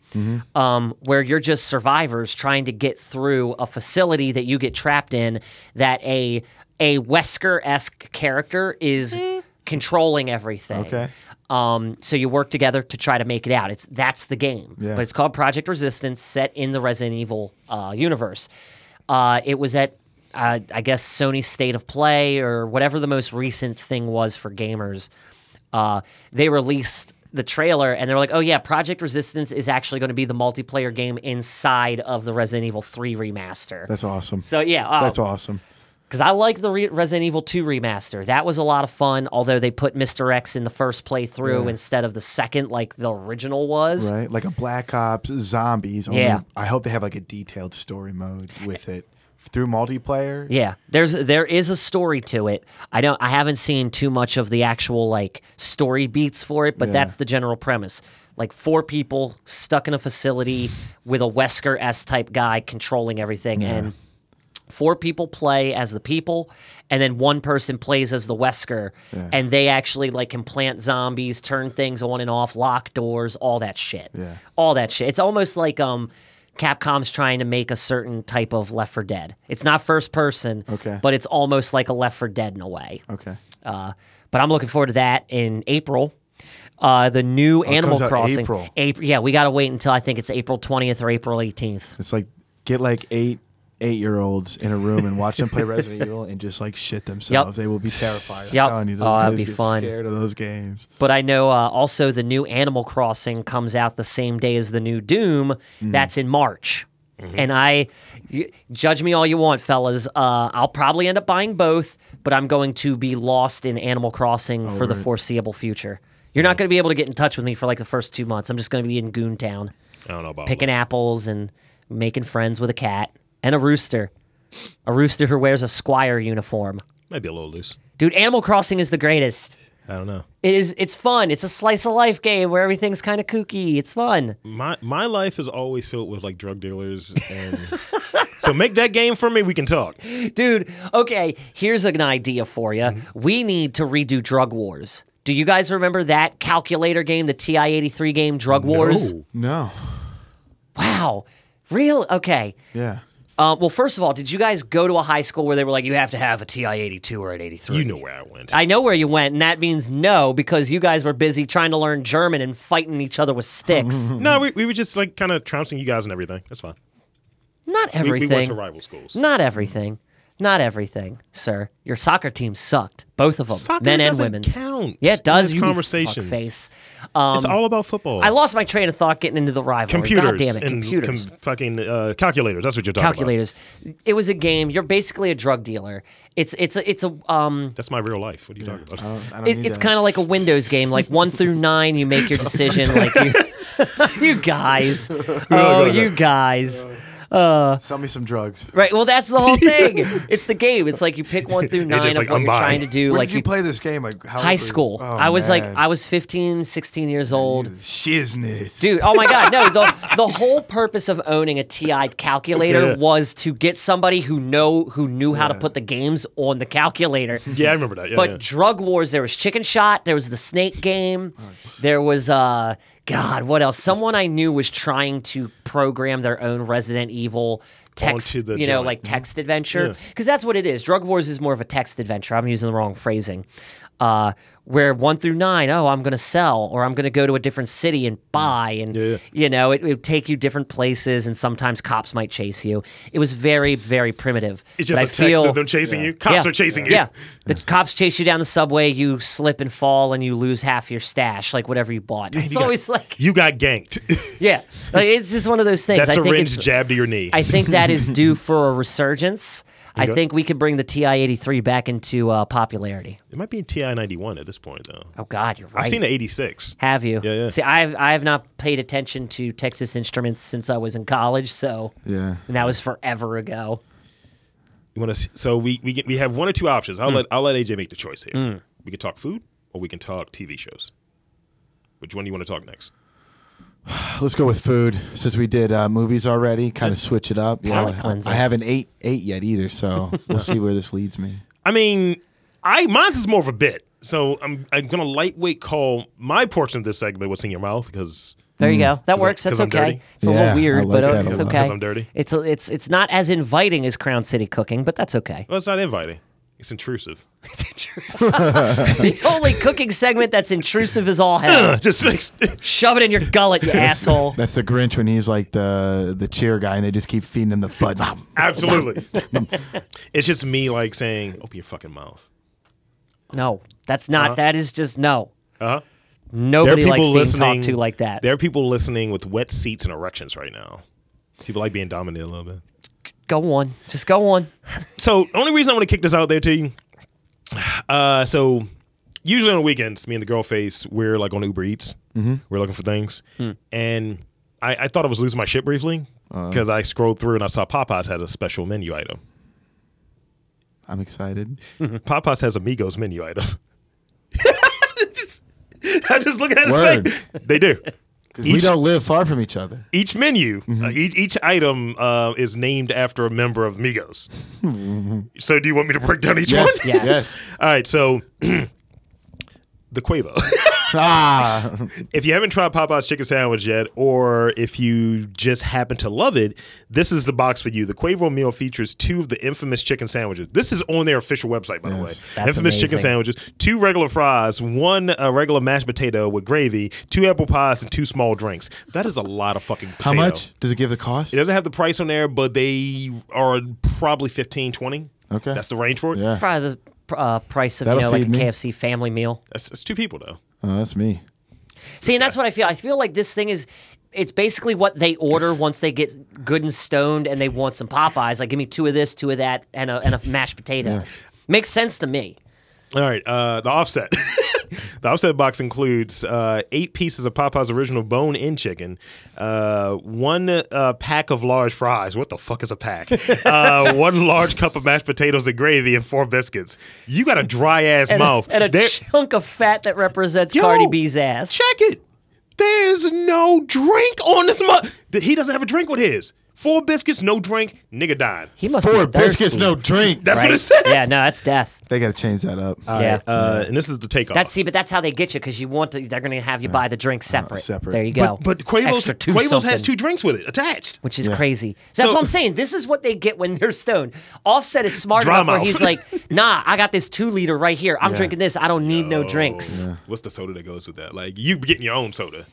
S2: um, where you're just survivors trying to get through a facility that you get trapped in that a a Wesker esque character is controlling everything.
S4: Okay.
S2: Um, so you work together to try to make it out. It's that's the game,
S4: Yeah.
S2: but it's called Project Resistance, set in the Resident Evil uh, universe. Uh, it was at uh, I guess Sony State of Play or whatever the most recent thing was for gamers. Uh, they released the trailer and they're like, "Oh yeah, Project Resistance is actually going to be the multiplayer game inside of the Resident Evil 3 remaster."
S4: That's awesome.
S2: so yeah, oh,
S4: That's awesome.
S2: Because I like the re- Resident Evil 2 remaster. That was a lot of fun, although they put Mr. X in the first playthrough instead of the second, like the original was.
S4: right? Like a Black Ops zombies. Only
S2: Yeah.
S4: I hope they have like a detailed story mode with it through multiplayer.
S2: Yeah, there's there is a story to it. I don't I haven't seen too much of the actual like story beats for it, but that's the general premise. Like four people stuck in a facility with a Wesker S type guy controlling everything and four people play as the people and then one person plays as the Wesker and they actually like can plant zombies, turn things on and off, lock doors, all that shit.
S4: Yeah.
S2: All that shit. It's almost like um Capcom's trying to make a certain type of Left for Dead. It's not first person,
S4: Okay.
S2: but it's almost like a Left for Dead in a way.
S4: Okay.
S2: Uh, but I'm looking forward to that in April. Uh, the new Animal
S4: Oh, comes out
S2: Crossing.
S4: April.
S2: Ap- yeah, we got to wait until I think it's April 20th or April 18th.
S4: It's like get like eight eight year olds in a room and watch them play Resident Evil and just like shit themselves. They will be terrified. I'm
S2: Yep.
S4: telling you, those
S2: Oh, that'd
S4: kids
S2: be
S4: get
S2: fun.
S4: Scared of those games.
S2: But I know uh, also the new Animal Crossing comes out the same day as the new Doom. That's in March. And I y- judge me all you want, fellas. Uh, I'll probably end up buying both, but I'm going to be lost in Animal Crossing for the foreseeable future. You're not going to be able to get in touch with me for like the first two months. I'm just going to be in Goontown
S1: I don't know about
S2: picking apples and making friends with a cat and a rooster. A rooster who wears a squire uniform.
S1: Maybe a little loose.
S2: Dude, Animal Crossing is the greatest.
S1: I don't know.
S2: It is. It's fun. It's a slice of life game where everything's kind of kooky. It's fun.
S1: My my life is always filled with like drug dealers and so make that game for me. We can talk.
S2: Dude, okay, here's an idea for you.
S1: Mm-hmm.
S2: We need to redo Drug Wars. Do you guys remember that calculator game, the TI 83 game, Drug Wars?
S1: No.
S4: No.
S2: Wow. Real? Okay.
S4: Yeah.
S2: Uh, well, first of all, did you guys go to a high school where they were like, you have to have a TI 82 or an 83?
S1: you know where I went.
S2: I know where you went, and that means no, because you guys were busy trying to learn German and fighting each other with sticks.
S1: no, we, we were just like kind of trouncing you guys and everything. That's fine.
S2: Not
S1: We, we
S2: everything. Um,
S1: went to rival schools.
S2: Not everything. Not everything, sir. Your soccer team sucked, both of them,
S1: Soccer
S2: men and
S1: doesn't
S2: women's.
S1: count
S2: Yeah, it does.
S1: in this
S2: you
S1: conversation.
S2: face. Um,
S1: it's all about football.
S2: I lost my train of thought getting into the rivalry.
S1: computers
S2: God damn it,
S1: and
S2: computers.
S1: com- fucking uh, calculators. That's what you're talking about.
S2: Calculators. It was a game. You're basically a drug dealer. It's it's a, it's a um.
S1: That's my real life. What are you talking about?
S4: I don't
S2: It,
S4: need
S2: it's
S4: that.
S2: kind of like a Windows game. Like one through nine, you make your decision. Like you, you guys. Oh, you guys.
S4: Sell me some drugs.
S2: Right. Well, that's the whole thing. It's the game. It's like you pick one through nine
S1: just
S2: of
S1: like,
S2: what
S1: I'm
S2: you're
S1: buying.
S2: trying to do.
S4: When
S2: like
S4: did you, play this game? Like
S2: high
S4: how old were you?
S2: school.
S4: Oh,
S2: I was like
S4: man.
S2: I was 15, 16 years old.
S4: shiznit.
S2: Dude, oh my god, no, the the whole purpose of owning a TI calculator
S1: Yeah.
S2: was to get somebody who know who knew how to put the games on the calculator.
S1: yeah, I remember that. Yeah,
S2: But
S1: yeah.
S2: drug wars, there was chicken shot, there was the snake game, there was uh God, what else? Someone I knew was trying to program their own Resident Evil text,
S1: Onto the
S2: you know,
S1: joint. Mm-hmm.
S2: like text adventure, because that's what it is. Drug wars is more of a text adventure. I'm using the wrong phrasing. Uh, where one through nine, oh, I'm gonna sell, or I'm gonna go to a different city and buy, and
S1: Mm. Yeah.
S2: you know, it, it would take you different places, and sometimes cops might chase you. It was very, very primitive.
S1: it's just
S2: but
S1: a
S2: I
S1: text
S2: feel-
S1: of them chasing you. Cops are chasing you.
S2: yeah. The cops chase you down the subway, you slip and fall, and you lose half your stash, like whatever you bought. It's
S1: got-
S2: always like,
S1: You got ganked.
S2: yeah, like, it's just one of those things.
S1: that
S2: I think
S1: syringe
S2: it's-
S1: jab to your knee.
S2: I think that is due for a resurgence. I
S1: Okay.
S2: think we could bring the TI 83 back into uh, popularity.
S1: it might be in TI 91 at this point, though.
S2: Oh, God, you're right.
S1: I've seen an 86.
S2: Have you?
S1: Yeah, yeah.
S2: See, I've, I have not paid attention to Texas Instruments since I was in college, so.
S4: Yeah.
S2: And that was forever ago.
S1: You want to? So we we get, we have one or two options.
S2: Mm.
S1: I'll let I'll let AJ make the choice here. We can talk food or we can talk TV shows. Which one do you want to talk next?
S4: Let's go with food since we did uh, movies already. Kind of switch it up.
S2: Palate
S4: I-
S2: cleanser.
S4: I haven't ate ate yet either, so we'll see where this leads me.
S1: I mean, I mine's is more of a bit. So I'm I'm gonna lightweight call my portion of this segment "What's in Your Mouth" because
S2: There you go. That
S1: I'm-
S2: works. That's
S1: 'cause I'm
S2: okay.
S1: dirty.
S2: It's a
S4: Hmm. Yeah, I
S2: little weird,
S4: like
S2: but
S4: that
S2: uh,
S4: a
S2: it's
S4: lot.
S2: okay.
S1: 'Cause I'm dirty.
S2: It's it's it's not as inviting as Crown City cooking, but that's okay.
S1: well, it's not inviting. It's intrusive.
S2: the only cooking segment that's intrusive is all hell.
S1: Just makes
S2: Shove it in your gullet, you asshole.
S4: That's the Grinch when he's like the the cheer guy, and they just keep feeding him the fud.
S1: absolutely. it's just me like saying, "Open your fucking mouth."
S2: No, that's not. That is just no.
S1: Uh-huh. There are
S2: Nobody
S1: people
S2: likes being
S1: listening
S2: talked to like that.
S1: There are people listening with wet seats and erections right now. People like being dominated a little bit.
S2: go on. Just go on.
S1: So, only reason I want to kick this out there to you. Uh, so, usually on the weekends, me and the girl face, we're like on Uber Eats.
S4: Mm-hmm.
S1: We're looking for things.
S4: Hmm.
S1: And I, I thought I was losing my shit briefly
S4: Uh-huh.
S1: because I scrolled through and I saw Popeyes had a special menu item.
S4: I'm excited.
S1: Popeyes has Amigos menu item. I just look at his
S4: Word.
S1: face. They do.
S4: Because we
S1: Each-
S4: don't Mm-hmm. live far from each other.
S1: Each menu, uh, each, each item uh, is named after a member of Migos. so, do you want me to break down each
S4: Yes,
S1: one?
S2: Yes.
S4: yes.
S1: All right, so the Quavo.
S4: ah,
S1: if you haven't tried Popeye's chicken sandwich yet, or if you just happen to love it, this is the box for you. The Quavo meal features two of the infamous chicken sandwiches. This is on their official website, by the way.
S2: That's
S1: infamous chicken
S2: amazing.
S1: sandwiches: two regular fries, one uh, regular mashed potato with gravy, two apple pies, and two small drinks. That is a lot of fucking. Potato.
S4: how much does it give the cost?
S1: It doesn't have the price on there, but they are probably 15 20
S4: Okay.
S1: that's the range for it.
S4: Yeah.
S2: Probably the uh, price of you
S4: That'll
S2: know like a
S4: feed me.
S2: KFC family meal.
S1: That's, that's two people though.
S4: Oh, that's me.
S2: See, and that's what I feel. I feel like this thing is. It's basically what they order once they get good and stoned, and they want some Popeyes. Like, give me two of this, two of that, and a and a mashed potato. Makes sense to me.
S1: All right, uh, the offset. the offset box includes uh, eight pieces of Popeye's original bone-in chicken, uh, one uh, pack of large fries. What the fuck is a pack? uh, one large cup of mashed potatoes and gravy, and four biscuits. You got a dry ass
S2: And, a-
S1: mouth.
S2: and a
S1: There-
S2: chunk of fat that represents
S1: Yo,
S2: Cardi B's ass.
S1: Check it. There's no drink on this mug. He doesn't have a drink with his. Four biscuits, no drink. Nigga dying.
S2: he must
S4: Four
S2: be thirsty.
S4: biscuits, no drink.
S1: That's what it
S2: Right?
S1: says.
S2: Yeah, no, that's death.
S4: They got to change that up.
S2: yeah.
S1: Uh, and this is the takeoff.
S2: That's see, but that's how they get you because you want to. They're going to have you buy the drink separate.
S4: separate.
S2: There you go.
S1: Uh, but, but Quavo's,
S2: Extra two
S1: Quavo's has
S2: something,
S1: two drinks with it attached.
S2: which is crazy. That's
S1: So-
S2: what I'm saying. This is what they get when they're stoned. Offset is smart
S1: Dry
S2: enough where
S1: mouth.
S2: he's like, "Nah, I got this two liter right here. I'm drinking this. I don't need no drinks."
S1: What's the soda that goes with that? Like you getting your own soda,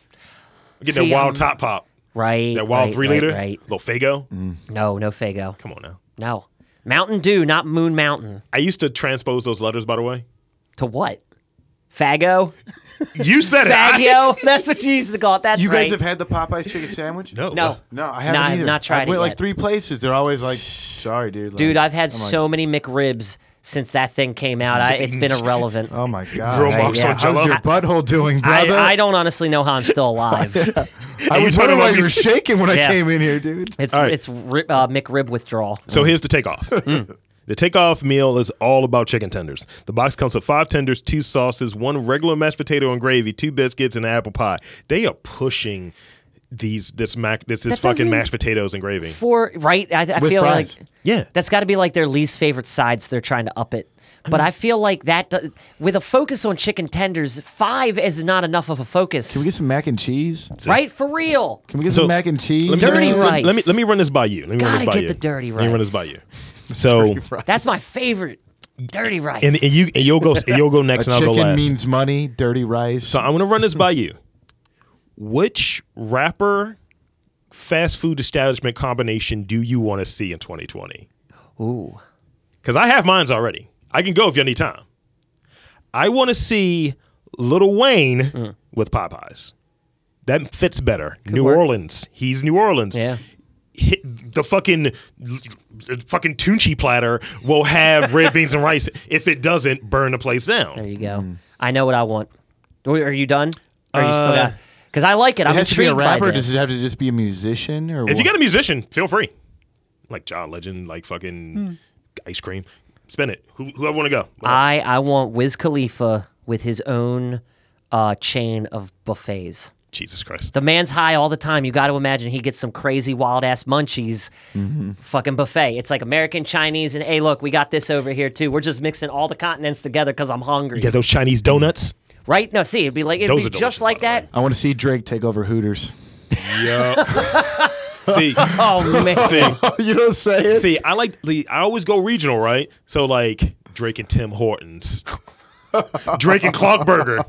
S1: getting
S2: See,
S1: that wild
S2: um,
S1: top pop,
S2: Right.
S1: that wild
S2: right,
S1: three
S2: right,
S1: liter,
S2: Right.
S1: little Fago.
S2: No, no Fago.
S1: Come on now.
S2: No. Mountain Dew, not Moon Mountain.
S1: I used to transpose those letters, by the way.
S2: To what? Fago?
S1: You said it. I-
S2: Fagio? That's what you used to call it. That's
S4: you guys
S2: right.
S4: have had the Popeyes chicken sandwich?
S1: no,
S2: no.
S4: No, I haven't
S2: Nah, I've
S4: either.
S2: not tried
S4: I've
S2: it
S4: went
S2: yet.
S4: like three places. They're always like, sorry, dude. Like,
S2: Dude, I've had
S4: I'm like,
S2: so many McRibs since that thing came out. I, it's been irrelevant.
S4: Oh my god!
S1: Grill
S4: Hey,
S1: marks
S2: on
S4: How's
S1: Jell-O.
S4: your butthole doing,
S2: I,
S4: brother?
S2: I don't honestly know how I'm still alive.
S4: I
S1: you
S4: was
S1: talking
S4: wondering why
S1: about
S4: you were
S1: these-
S4: shaking when
S2: Yeah.
S4: I came in here, dude.
S2: It's
S1: All right.
S2: it's ri- uh, McRib withdrawal.
S1: So here's the takeoff.
S2: Mm.
S1: The takeoff meal is all about chicken tenders. The box comes with five tenders, two sauces, one regular mashed potato and gravy, two biscuits, and an apple pie. They are pushing these this mac this is
S2: That doesn't-
S1: fucking mashed potatoes and gravy.
S2: For right, I, I
S4: With
S2: feel
S4: fries.
S2: like
S1: Yeah.
S2: that's got to be like their least favorite sides. They're trying to up it, but I feel like that do- with a focus on chicken tenders, five is not enough of a focus.
S4: Can we get some mac and cheese?
S2: right for real?
S4: Can we get
S1: So,
S4: some mac and cheese?
S1: Let me,
S2: Dirty
S1: let me-
S2: rice.
S1: Let me let me run this by you. Let me run
S2: Gotta
S1: this by
S2: get
S1: you.
S2: the dirty
S1: Let me run this
S2: rice.
S1: by you. So
S2: That's my favorite. Dirty rice.
S1: and, and you and you'll go and you'll go next, and I'll go
S4: Chicken
S1: last.
S4: means money. Dirty rice.
S1: so I'm gonna run this by you. Which rapper fast food establishment combination do you want to see in 2020?
S2: Ooh,
S1: Because I have mines already. I can go if you need time. I want to see Little Wayne with Popeyes. That fits better. New
S2: work.
S1: Orleans. He's New Orleans.
S2: yeah.
S1: hit the fucking fucking tunchi platter will have red beans and rice. If it doesn't, burn the place
S2: There
S1: down.
S2: you go.
S4: Mm.
S2: I know what I want. Are are you done? Or are you still
S1: Uh,
S2: got? Because I like it. I'm
S4: it has to be
S2: intrigued
S4: a rapper.
S2: by
S4: or
S2: this.
S4: Does it have to just be a musician? Or
S1: If you
S4: what?
S1: got a musician, feel free. Like John Legend, like fucking ice cream. Spin it. Who who I want to go?
S2: I I want Wiz Khalifa with his own uh, chain of buffets.
S1: Jesus Christ.
S2: The man's high all the time. You got to imagine he gets some crazy wild ass munchies, fucking buffet. It's like American Chinese, and hey, look, we got this over here too. We're just mixing all the continents together because I'm hungry,
S1: yeah, those Chinese donuts.
S2: right? No, see, it'd be like it'd
S1: Those are
S2: be
S1: delicious,
S2: just like
S1: by the way.
S2: that.
S4: I want to see Drake take over Hooters.
S1: See,
S2: Oh man,
S1: see,
S4: you don't say it.
S1: see. I like the. I always go regional, right? So like Drake and Tim Hortons, Drake and Clockburger.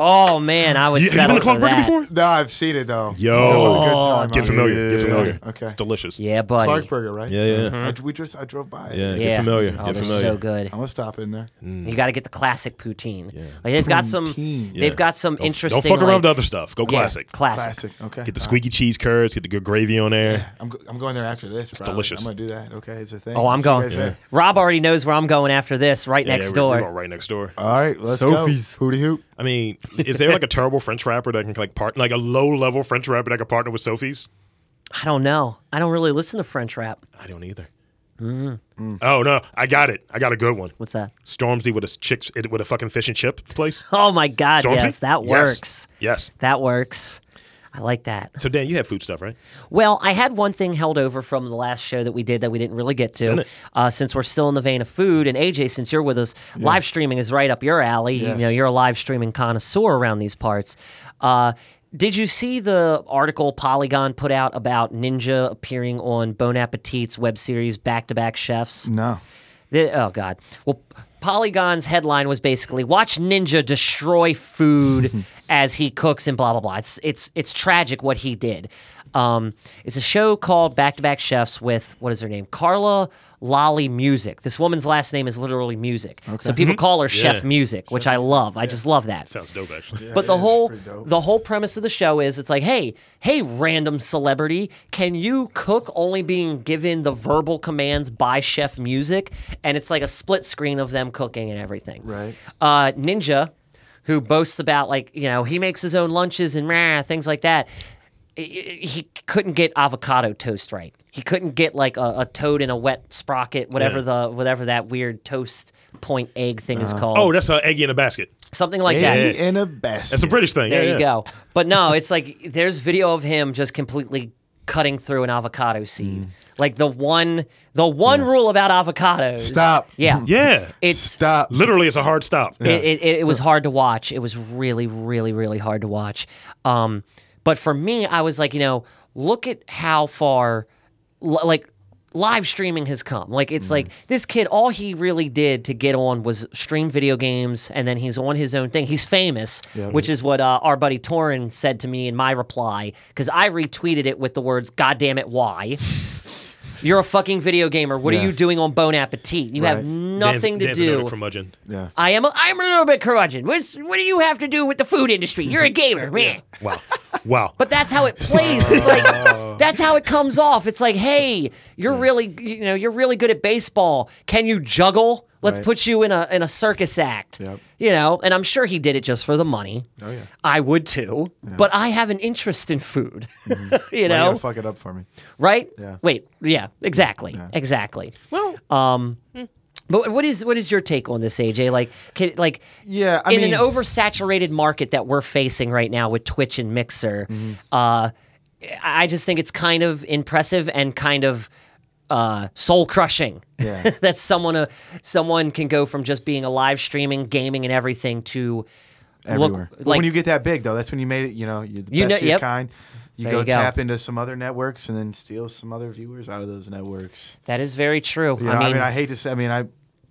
S2: Oh man, I would
S1: You- have you
S2: settle
S1: been to
S2: for
S1: Clockwork
S2: that.
S1: before?
S3: No, I've seen it though.
S1: Yo.
S3: That
S4: Oh,
S3: was a good time,
S1: Get
S3: huh?
S1: familiar. Get familiar.
S3: Okay.
S1: It's delicious.
S2: Yeah, buddy.
S3: Clark Burger, right?
S1: Yeah, yeah.
S3: I, we just I drove by. it.
S1: Yeah,
S2: yeah.
S1: get familiar.
S2: Oh,
S1: get
S2: they're
S1: familiar.
S2: so good.
S3: I'm gonna stop in there.
S2: You got to get the classic poutine. Like they've got some.
S3: Mm. Poutine.
S1: Yeah.
S2: They've got some
S1: Don't f-
S2: interesting.
S1: Don't fuck around
S2: like-
S1: with the other stuff. Go
S2: Yeah,
S1: classic.
S2: classic.
S3: Classic. Okay.
S1: Get the squeaky cheese curds. Get the good gravy on there.
S3: I'm, go- I'm going there after this. probably.
S1: delicious.
S3: I'm gonna do that. Okay, it's a thing.
S2: Oh, I'm
S3: See you
S2: going.
S3: guys there.
S2: Rob already knows where I'm going after this, right
S1: Yeah,
S2: next
S1: yeah,
S2: door.
S1: We're, we're all right next door.
S3: All right, let's
S4: Sophie's.
S3: go. Hootie hoop.
S1: I mean, is there like a terrible French rapper that can like part like a low level French rapper that can partner with Sophie's?
S2: I don't know. I don't really listen to French rap.
S1: I don't either. Oh no, I got it. I got a good one.
S2: Mm. What's that?
S1: Stormzy with a s- chicks it with a fucking fish and chip place.
S2: Oh my God!
S1: Stormzy?
S2: Yes, that works.
S1: Yes.
S2: That works. I like that.
S1: So Dan, you have food stuff, right?
S2: Well, I had one thing held over from the last show that we did that we didn't really get to.
S1: it.
S2: Uh, since we're still in the vein of food, and AJ, since you're with us, live streaming is right up your alley. You know,
S3: Yes.
S2: you're a live streaming connoisseur around these parts. Uh, did you see the article Polygon put out about Ninja appearing on Bon Appetit's web series Back to Back Chefs?
S4: No.
S2: The- oh God. Well, Polygon's headline was basically "Watch Ninja destroy food as he cooks and blah blah blah." It's it's it's tragic what he did. Um, it's a show called Back to Back Chefs with what is her name? Carla Lolly Music. This woman's last name is literally Music, so people call her Chef Music, which I love. I just love that.
S1: Sounds dope actually.
S2: But the
S3: is
S2: whole
S3: pretty dope.
S2: the whole premise of the show is it's like, hey, hey, random celebrity, can you cook only being given the verbal commands by Chef Music? And it's like a split screen of them cooking and everything.
S3: Right.
S2: Uh, Ninja, who boasts about like you know he makes his own lunches and rah, things like that. i- i- He couldn't get avocado toast right. He couldn't get like a, a toad in a wet sprocket, whatever the whatever that weird toast point egg thing
S3: Uh-huh.
S2: is called.
S1: Oh, that's a eggy in a basket.
S2: something like that.
S4: Eggy in a basket.
S1: That's a British thing.
S2: There
S1: Yeah,
S2: you
S1: yeah.
S2: go. But no, it's like there's video of him just completely cutting through an avocado seed. Like the one, the one rule about avocados.
S3: Stop.
S2: Yeah.
S1: Yeah.
S2: It's
S3: Stop.
S1: Literally, it's a hard stop.
S2: it, it, it, it was hard to watch. It was really, really, really hard to watch. Um, but for me, I was like, you know, look at how far, li- like, live streaming has come. Like, it's like this kid, all he really did to get on was stream video games, and then he's on his own thing. He's famous, which is what uh, our buddy Torin said to me in my reply, because I retweeted it with the words, God damn it, why? You're a fucking video gamer. What are you doing on Bon Appetit? You have
S4: Right.
S2: nothing
S1: Dan's-
S2: to
S1: Dan's
S2: do.
S1: another curmudgeon.
S4: yeah.
S2: I am. A, I'm a little bit curmudgeon. What's, what do you have to do with the food industry? You're a gamer, man.
S1: Wow. Wow.
S2: But that's how it plays. It's like that's how it comes off. It's like, hey, you're really, you know, you're really good at baseball. Can you juggle? Let's
S4: Right.
S2: put you in a in a circus act.
S4: Yep.
S2: You know, and I'm sure he did it just for the money. Oh
S4: yeah.
S2: I would too. But I have an interest in food. you
S4: Why Mm-hmm. you
S2: know,
S4: gotta fuck it up for me.
S2: right?
S4: Yeah.
S2: Wait. Yeah. Exactly. Exactly. Well. Um.
S4: hmm.
S2: But what is what is your take on this, AJ? Like, can, like,
S4: Yeah, I
S2: in
S4: mean-
S2: an oversaturated market that we're facing right now with Twitch and Mixer,
S4: Mm-hmm.
S2: uh, I just think it's kind of impressive and kind of uh, soul crushing.
S4: Yeah.
S2: that someone uh, someone can go from just being a live streaming, gaming, and everything to
S4: Everywhere.
S2: look
S4: But
S2: like
S4: when you get that big though, that's when you made it. You know, you're the
S2: You
S4: best
S2: know-
S4: of your
S2: yep.
S4: kind. You
S2: There
S4: go
S2: you go.
S4: tap into some other networks and then steal some other viewers out of those networks.
S2: that is very true.
S4: You know, I mean, I, hate to say. I mean, I,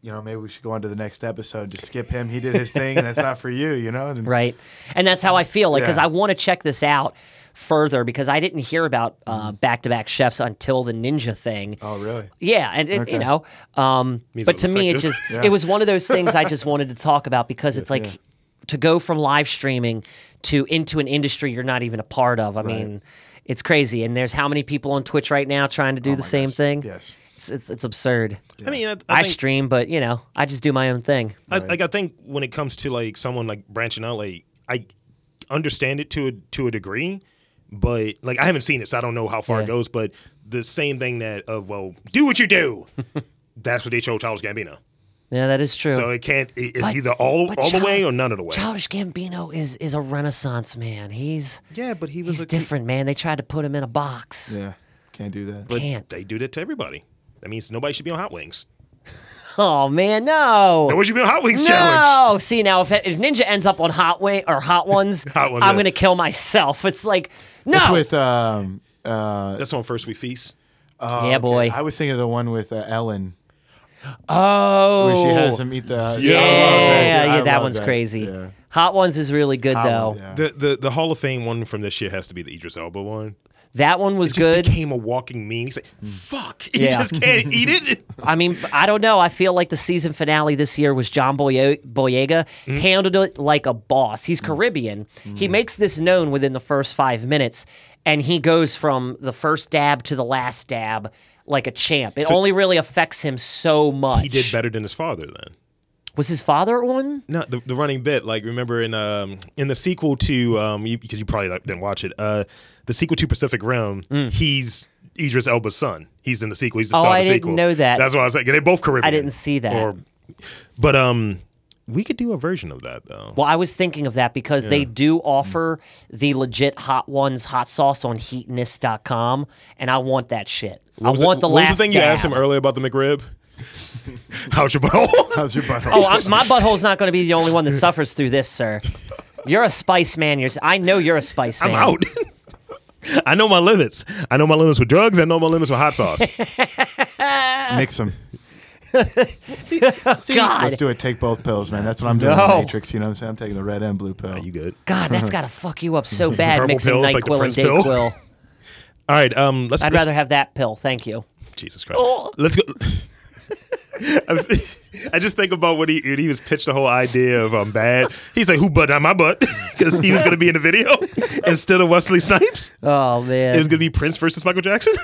S4: you know, maybe we should go on to the next episode. Just skip him. He did his thing, and that's not for you. You know. And then-
S2: right and that's how i feel like because
S4: Yeah.
S2: i want to check this out further because i didn't hear about uh,
S4: Mm-hmm.
S2: back-to-back chefs until the ninja thing
S4: Oh, really?
S2: yeah and it, you know um,
S1: Means
S2: but
S1: it
S2: to me it
S1: was
S2: just
S1: effective.
S2: it was one of those things i just wanted to talk about because it's like to go from live streaming to into an industry you're not even a part of i mean it's crazy and there's how many people on twitch right now trying
S1: Oh
S2: to do the same thing
S4: Yes.
S2: it's, it's, it's absurd
S1: I mean, I,
S2: I,
S1: I think,
S2: stream but you know i just do my own thing
S1: I, like I think when it comes to like someone like branching out, like I understand it to a to a degree, but like I haven't seen it, so I don't know how far
S2: Yeah.
S1: it goes. But the same thing that of well, do what you do. That's what they chose Charles Gambino.
S2: yeah that is true
S1: So it can't. It, it's
S2: But-
S1: either all all
S2: but
S1: the way
S2: Chil-
S1: or none of the way.
S2: Childish Gambino is is a renaissance man. He's
S1: yeah, but he was
S2: he's
S1: a kid.
S2: different, man. They tried to put him in a box.
S4: Yeah. Can't do that.
S1: But
S2: Can't.
S1: they do that to everybody? That means nobody should be on Hot Wings.
S2: Oh man, no.
S1: Nobody should be on Hot Wings challenge.
S2: No, see now if, if Ninja ends up on Hot Wing or Hot Ones,
S1: Hot Ones,
S2: I'm
S1: yeah.
S2: gonna kill myself. It's like no,
S4: It's with um. Uh,
S1: That's on First We Feast.
S2: yeah, boy.
S4: I was thinking of the one with uh, Ellen.
S2: oh,
S4: Where she has him eat the.
S2: yeah,
S4: I love that, dude.
S2: Oh. yeah,
S4: I
S2: that
S4: love
S2: one's crazy. Oh.
S4: Yeah.
S2: Hot Ones is really good though.
S4: yeah.
S1: The, the the Hall of Fame one from this year has to be the Idris Elba one.
S2: That one was
S1: It just
S2: good.
S1: became a walking meme. He's like, fuck. He
S2: Yeah.
S1: just can't eat it.
S2: I mean, I don't know. I feel like the season finale this year was John Boye- Boyega
S1: Mm-hmm.
S2: handled it like a boss.
S1: Mm.
S2: He's Caribbean. He makes this known within the first five minutes, and he goes from the first dab to the last dab like a champ. It only really affects him so much.
S1: He did better than his father then.
S2: Was his father at one?
S1: No, the, the running bit. Like remember in um in the sequel to um because you, probably not- didn't watch it. Uh, the sequel to Pacific Rim. He's Idris Elba's son. He's in the sequel. He's the
S2: Mm. Oh,
S1: star
S2: I
S1: of the
S2: didn't
S1: sequel.
S2: know that.
S1: That's why I was like, they're both Caribbean.
S2: didn't see that.
S1: but um, we could do a version of that though.
S2: Well, I was thinking of that because they
S1: Mm-hmm.
S2: do offer the legit Hot Ones hot sauce on heatness.com, and I want that shit. I
S1: was
S2: want
S1: it-
S2: the
S1: what
S2: last
S1: was the thing you
S2: dab.
S1: asked him earlier about the McRib? How's your butthole?
S4: How's your butthole?
S2: Oh, I, my butthole's not going to be the only one that suffers through this, sir. You're a spice man. You're, I know you're a spice man.
S1: I'm out. I know my limits. I know my limits with drugs. I know my limits with hot sauce.
S4: Mix them.
S2: God, Oh,
S4: Let's do it. Take both pills, man. That's what I'm doing. in
S2: No.
S4: The Matrix. You know what I'm saying? I'm taking the red and blue pill.
S1: Are you good?
S2: God, that's got to fuck you up so bad.
S1: Purple
S2: Mixing
S1: pills,
S2: Nyquil
S1: like the
S2: and
S1: Prince pill.
S2: Dayquil.
S1: All right. Um, let's.
S2: I'd
S1: let's-
S2: rather have that pill. Thank you.
S1: Jesus Christ.
S2: Oh.
S1: Let's go. I- I just think about when he when he was pitched the whole idea of um, bad. He's like, "Who butt on my butt?" Because he was going to be in the video instead of Wesley Snipes.
S2: Oh
S1: It was
S2: man,
S1: going to be Prince versus Michael Jackson.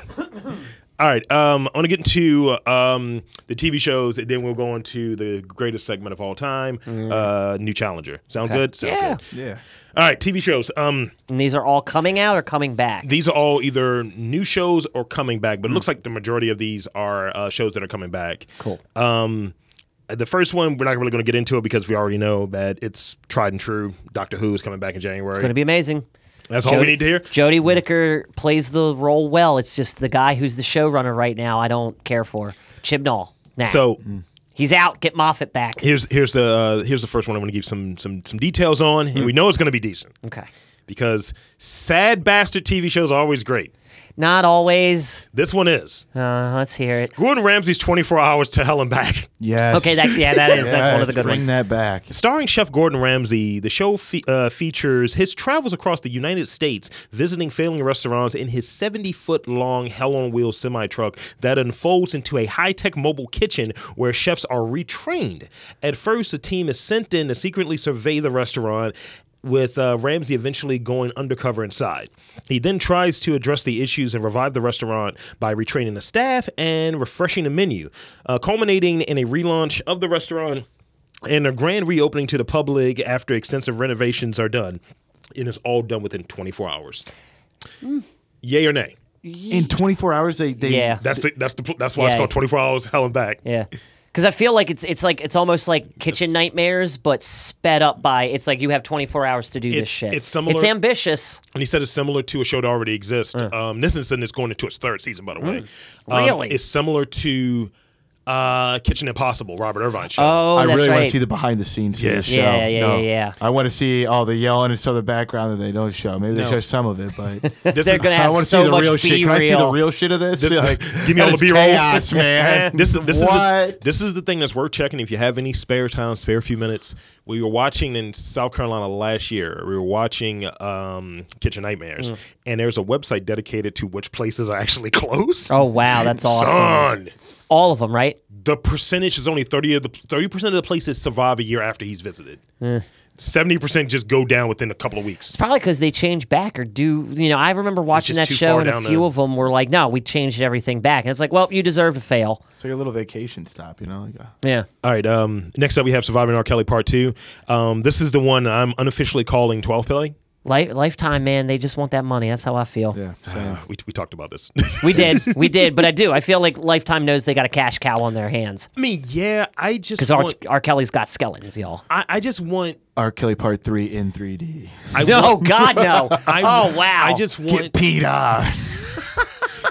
S1: All right, um, I want to get into um, the TV shows, and then we'll go into the greatest segment of all time, uh, New Challenger. Sound good? Sound
S2: Yeah.
S1: good.
S4: Yeah.
S1: All right, TV shows. Um,
S2: and these are all coming out or coming back.
S1: these are all either new shows or coming back, but it looks like the majority of these are uh, shows that are coming back.
S2: Cool.
S1: Um, the first one, we're not really going to get into it because we already know that it's tried and true. Doctor Who is coming back in January.
S2: Going to be amazing.
S1: That's all we need to hear.
S2: Jodie Whittaker plays the role well. It's just the guy who's the showrunner right now. I don't care for Chibnall. Nah.
S1: So
S2: he's out. Get Moffat back.
S1: here's here's the uh, here's the first one. I'm going to give some some some details on, and we know it's going to be decent
S2: Okay.
S1: because sad bastard TV shows are always great.
S2: Not always.
S1: This one is
S2: Uh, let's hear it.
S1: Gordon Ramsay's 24 Hours to Hell and Back.
S4: Yes.
S2: Okay, that yeah, that is that's one of the
S4: Yes,
S2: good
S4: Bring
S2: ones.
S4: that back.
S1: Starring Chef Gordon Ramsay, the show fe- uh, features his travels across the United States, visiting failing restaurants in his 70 foot long Hell on Wheels semi truck that unfolds into a high tech mobile kitchen where chefs are retrained. At first, the team is sent in to secretly survey the restaurant. With uh, Ramsay eventually going undercover inside. He then tries to address the issues and revive the restaurant by retraining the staff and refreshing the menu, uh, culminating in a relaunch of the restaurant and a grand reopening to the public after extensive renovations are done. And it's all done within 24 hours.
S2: Mm.
S1: Yay or nay?
S4: In 24 hours, they. they
S2: Yeah.
S1: That's the that's the pl- that's why it's
S2: Yay.
S1: called 24 hours hell and back.
S2: Yeah. Cause I feel like it's it's like it's almost like kitchen nightmares, but sped up by it's like you have twenty four hours to do this
S1: It's-
S2: shit.
S1: it's similar-
S2: It's ambitious.
S1: And he said it's similar to a show that already exists. Um, this is is going into its third season, by the way. Um,
S2: Uh. Mm. Really?
S1: it's similar to uh, Kitchen Impossible, Robert Irvine show.
S2: Oh,
S4: I
S2: that's
S4: really
S2: right.
S4: want to see the behind the scenes to
S1: Yeah.
S4: this show.
S2: Yeah, yeah, yeah,
S4: No.
S2: yeah, yeah.
S4: I want to see all the yelling and some of the background that they don't show. Maybe they
S1: No.
S4: show some of it, but
S1: This
S2: They're
S1: is-
S2: gonna
S4: I
S2: have
S4: want to
S2: so
S4: see the
S2: much
S4: real shit. Can I see the
S2: B-reel.
S4: real shit of this? Like,
S1: Give me all
S4: that
S1: the
S4: is
S1: B-roll.
S4: chaos, man.
S1: this, this is the,
S4: What?
S1: this is the thing that's worth checking. If you have any spare time, spare few minutes, we were watching in South Carolina last year. We were watching um, Kitchen Nightmares,
S4: Mm.
S1: and there's a website dedicated to which places are actually closed.
S2: Oh wow, that's awesome.
S1: Son,
S2: All of them, right?
S1: the percentage is only thirty of the thirty percent of the places survive a year after he's visited.
S4: Eh.
S1: Seventy percent just go down within a couple of weeks.
S2: It's probably because they change back or do you know? I remember watching
S1: just
S2: that
S1: too
S2: show
S1: far
S2: and a
S1: down
S2: few
S1: the-
S2: of them were like, "No, we changed everything back," and it's like, "Well, you deserve to fail."
S4: It's like a little vacation stop, you know? Like, uh,
S2: Yeah.
S1: All right. Um, next up, we have Surviving R. Kelly Part Two. Um, this is the one I'm unofficially calling Twelve Pilling.
S2: Life, lifetime, man, they just want that money. That's how I feel.
S4: yeah, same.
S1: Uh, We, we talked about this.
S2: We did, we did, but I do. I feel like Lifetime knows they got a cash cow on their hands
S1: I mean, yeah, I just
S2: because R-,
S1: want,
S2: R. Kelly's got skeletons, y'all.
S1: I, I just want.
S4: R. Kelly Part 3 in 3D.
S1: I
S2: No,
S1: want,
S2: Oh, God, no.
S1: I,
S2: oh, wow.
S1: I just want.
S4: Peter.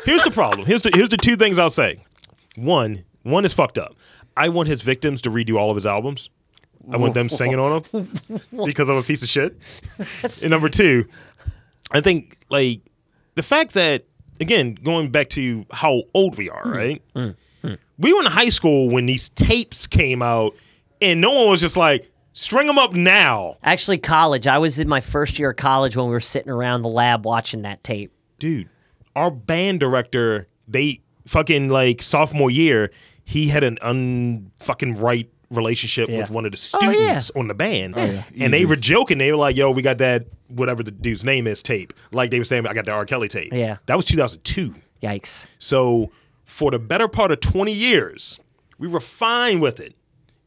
S1: Here's the problem. Here's the here's the two things I'll say. One, one is fucked up. I want his victims to redo all of his albums. I want them singing on them because I'm a piece of shit. And number two, I think like the fact that again going back to how old we are, right? We were in high school when these tapes came out, and no one was just like, String them up now,
S2: Actually, college. I was in my first year of college when we were sitting around the lab watching that tape.
S1: dude. Our band director, they fucking like sophomore year, he had an unfucking right relationship
S2: Yeah.
S1: with one of the
S2: Oh, yeah.
S1: students on the band, and they were joking. They were like, "Yo, we got that whatever the dude's name is tape." Like they were saying, "I got the R. Kelly tape."
S2: Yeah.
S1: that was 2002.
S2: Yikes.
S1: So for the better part of 20 years, we were fine with it.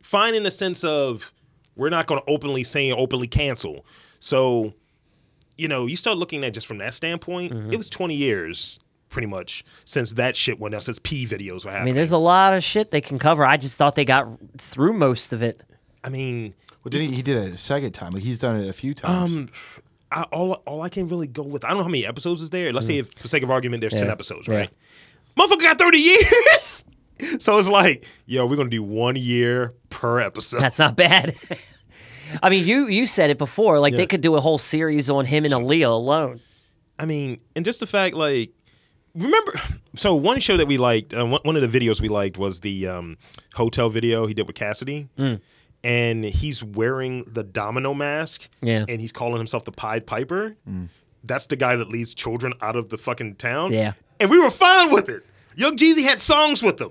S1: Fine in the sense of we're not going to openly say and openly cancel. So, you know, you start looking at just from that standpoint,
S2: Mm-hmm.
S1: it was 20 years pretty much since that shit went down, since P videos were
S2: I mean,
S1: happening.
S2: there's a lot of shit they can cover. I just thought they got through most of it.
S1: I mean,
S4: Well, did he, he did it a second time? Like he's done it a few times.
S1: um, I, all, all I can really go with, I don't know how many episodes is there. Let's say, if, for sake of argument, there's 10
S2: Mm. Yeah.
S1: episodes,
S2: Yeah.
S1: right? Motherfucker got 30 years. So it's like, yo, we're going to do one year per episode.
S2: That's not bad. I mean, you you said it before. Like
S1: Yeah.
S2: they could do a whole series on him and Aaliyah alone.
S1: I mean, and just the fact, like, remember, so one show that we liked, uh, one, one of the videos we liked was the um, hotel video he did with Cassidy.
S2: Mm.
S1: And he's wearing the domino mask.
S2: Yeah.
S1: And he's calling himself the Pied Piper. That's the guy that leads children out of the fucking town.
S2: Yeah.
S1: And we were fine with it. Young Jeezy had songs with him.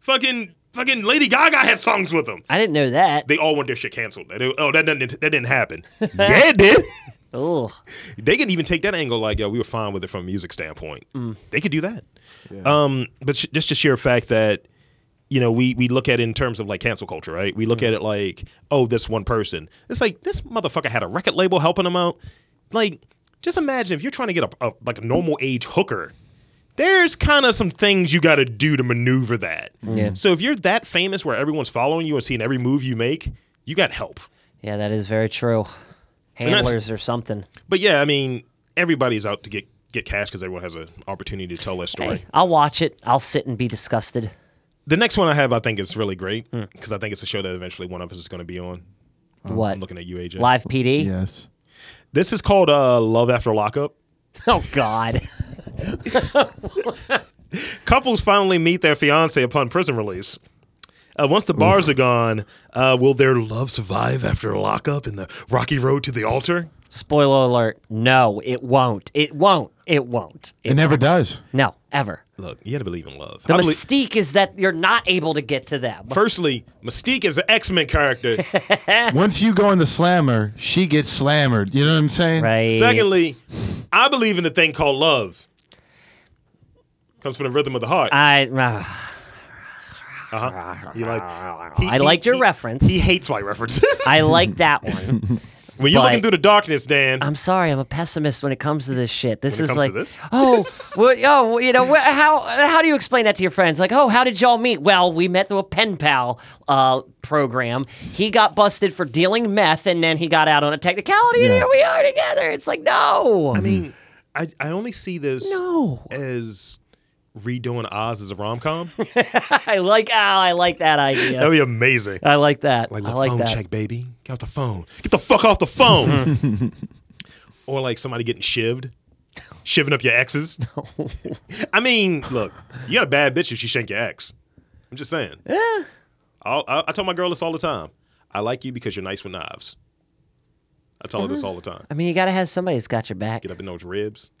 S1: Fucking, fucking Lady Gaga had songs with him.
S2: I didn't know that.
S1: They all want their shit canceled. They- oh, that, didn't that didn't happen. yeah, it did.
S2: Oh,
S1: They can even take that angle like, yo, we were fine with it from a music standpoint. They could do that. Um, but sh- just the sheer fact that, you know, we, we look at it in terms of like cancel culture, right? We look at it like, oh, this one person. It's like, this motherfucker had a record label helping him out. Like, just imagine if you're trying to get a, a like a normal age hooker, there's kind of some things you got to do to maneuver that.
S2: Yeah.
S1: So if you're that famous where everyone's following you and seeing every move you make, you got help.
S2: yeah, that is very true.
S1: that's-
S2: Handlers or something.
S1: But yeah, I mean, everybody's out to get get cash because everyone has an opportunity to tell that story.
S2: Hey, I'll watch it. I'll sit and be disgusted.
S1: The next one I have, I think, is really great because I think it's a show that eventually one of us is going to be on.
S2: what?
S1: I'm looking at you, AJ.
S2: Live PD?
S4: yes.
S1: This is called uh, Love After Lockup.
S2: Oh God.
S1: Couples finally meet their fiance upon prison release. Uh, once the bars are gone, uh, will their love survive after a lockup in the rocky road to the altar?
S2: Spoiler alert. No, it won't. It won't. It won't. It-
S4: It never does.
S2: no, ever.
S1: Look, you got to believe in love.
S2: The
S1: I believe-
S2: mystique is that you're not able to get to them.
S1: Firstly, Mystique is an X Men character.
S4: Once you go in the slammer, she gets slammered. You know what I'm saying?
S2: right.
S1: Secondly, I believe in the thing called love. Comes from the rhythm of the heart.
S2: I ah,
S1: Uh-huh. You like, he-
S2: I
S1: he-
S2: liked your
S1: he-
S2: reference.
S1: He hates my references.
S2: I like that one.
S1: when you're looking
S2: but-
S1: through the darkness, Dan,
S2: I'm sorry, I'm a pessimist when it comes to this shit. This
S1: When it
S2: is
S1: comes to
S2: like,
S1: this?
S2: oh, well, oh, you know, wh- how how do you explain that to your friends? Like, oh, how did y'all meet? Well, we met through a pen pal uh, program. He got busted for dealing meth, and then he got out on a technicality, and
S4: Yeah.
S2: here we are together. It's like, no,
S1: I mean, I, I only see this
S2: no.
S1: as redoing Oz as a rom com.
S2: I like, oh, I like that
S1: That'd
S2: idea.
S1: be amazing.
S2: I like that.
S1: Like,
S2: I
S1: look,
S2: like
S1: phone
S2: that.
S1: check, baby. Get off the phone. Get the fuck off the phone. or like somebody getting shivved, shivving up your exes. I mean, look, you got a bad bitch if she shank your ex. I'm just saying. Yeah. I'll, I, I tell my girl this all the time. I like you because you're nice with knives. I tell her this all the time.
S2: I mean, you gotta have somebody that's got your back,
S1: Get up in those ribs.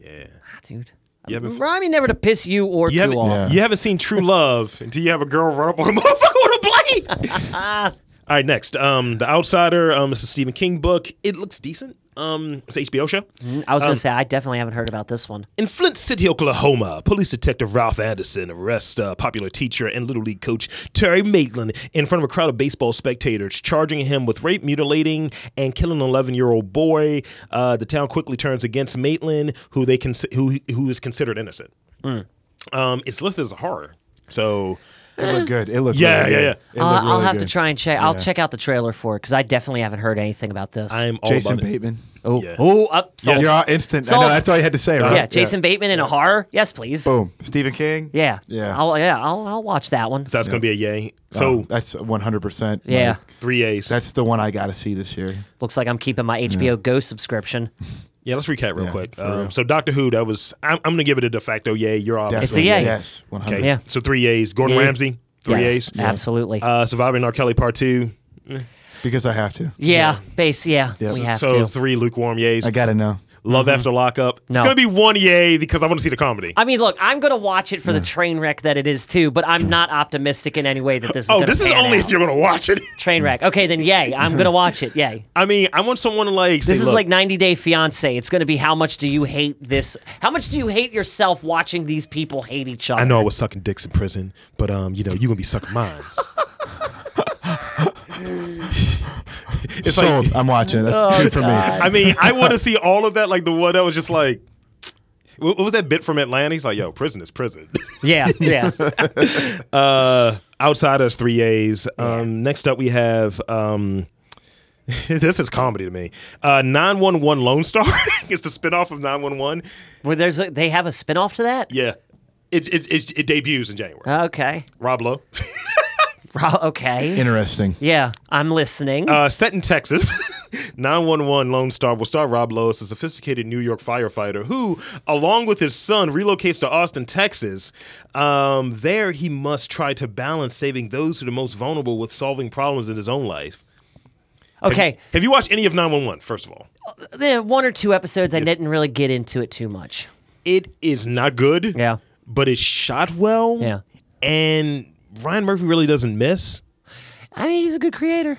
S1: Yeah.
S2: dude.
S1: You haven't,
S2: Remind me never to piss you or
S1: you
S2: two
S1: haven't,
S2: off.
S4: Yeah.
S1: you haven't seen true love until you have a girl run up on a motherfucker with a blade. All right, next. Um, The Outsider. Um, it's a Stephen King book. It looks decent. Um, it's an HBO show.
S2: I
S1: Um,
S2: was gonna say I definitely haven't heard about this one.
S1: In Flint City, Oklahoma, police detective Ralph Anderson arrests uh, popular teacher and Little League coach Terry Maitland in front of a crowd of baseball spectators, charging him with rape, mutilating, and killing an 11 year old boy. Uh, the town quickly turns against Maitland, who they cons- who who is considered innocent.
S2: Mm.
S1: Um, it's listed as a horror. So
S4: It looked good. It looked
S1: Yeah,
S4: really
S1: yeah,
S4: good.
S1: yeah.
S4: It
S2: Uh,
S4: looked
S2: I'll
S4: really
S2: have to
S4: good.
S2: try and check. I'll check out the trailer for it because I definitely haven't heard anything about this.
S1: I am all
S4: Jason
S1: about it.
S4: Bateman.
S2: oh,
S1: yeah.
S2: oh, up. So,
S4: You're
S2: yeah,
S4: all instant.
S2: So-
S4: I know, that's all you had to say, right?
S2: Jason Bateman in a horror. Yes, please.
S1: Oh.
S4: Boom. Stephen King.
S2: Yeah,
S4: Yeah.
S2: I'll, yeah, I'll, I'll watch that one.
S1: So that's going to be a yay. So
S4: Oh, that's 100%.
S2: Yeah,
S1: three A's.
S4: That's the one I got to see this year.
S2: looks like I'm keeping my HBO Go subscription.
S1: Yeah, let's recap real
S4: Yeah,
S1: quick.
S4: for
S1: Um,
S4: real.
S1: So Doctor Who, that was I'm, I'm gonna give it a de facto yay. You're obviously
S2: It's a yay.
S4: Yes, 100.
S1: Okay.
S2: Yeah.
S1: So three yays. Gordon
S2: Yay.
S1: Ramsay, three
S2: yes,
S1: yays.
S2: absolutely.
S1: Uh, Surviving R. Kelly Part Two.
S4: because I have to.
S2: Yeah, base. Yeah,
S4: Yeah.
S2: we have
S1: so
S2: to.
S1: three lukewarm yays.
S4: I gotta know.
S1: Love after lockup.
S2: No.
S1: It's gonna be one yay because I want to see the comedy.
S2: I mean, look, I'm going to watch it for the train wreck that it is too, but I'm not optimistic in any way that this. is
S1: oh,
S2: gonna
S1: this is
S2: pan
S1: only
S2: out.
S1: if you're gonna watch it.
S2: train wreck. Okay, then yay, I'm going to watch it. Yay.
S1: I mean, I want someone to like.
S2: This
S1: say,
S2: is
S1: "Look,
S2: like 90 Day Fiance. It's going to be how much do you hate this? How much do you hate yourself watching these people hate each other?
S1: I know I was sucking dicks in prison, but um, you know, you gonna be sucking mines. it's
S4: Sold.
S1: like,
S4: I'm watching. it. That's
S2: Oh,
S4: two for me.
S1: I mean, I want to see all of that. Like the one that was just like, what what was that bit from Atlanta? He's like, "Yo, prison is prison."
S2: Yeah, yeah.
S1: uh, outside us, three A's. Um, next up, we have. Um, this is comedy to me. Uh, 911 Lone Star is the spinoff of 911.
S2: Where there's a, they have a spinoff to that.
S1: Yeah. It, it, it, it debuts in January.
S2: Okay.
S1: Rob Lowe.
S2: Ro- Okay.
S4: Interesting.
S2: yeah, I'm listening.
S1: Uh, set in Texas, 911 Lone Star will star Rob Lowe, a sophisticated New York firefighter who, along with his son, relocates to Austin, Texas. Um, there, he must try to balance saving those who are the most vulnerable with solving problems in his own life.
S2: okay.
S1: Have you watched any of 911, first of all?
S2: Eh, one or two episodes, I didn't really get into it too much.
S1: It is not good,
S2: Yeah.
S1: but it's shot well,
S2: Yeah.
S1: and Ryan Murphy really doesn't miss.
S2: I mean, he's a good creator.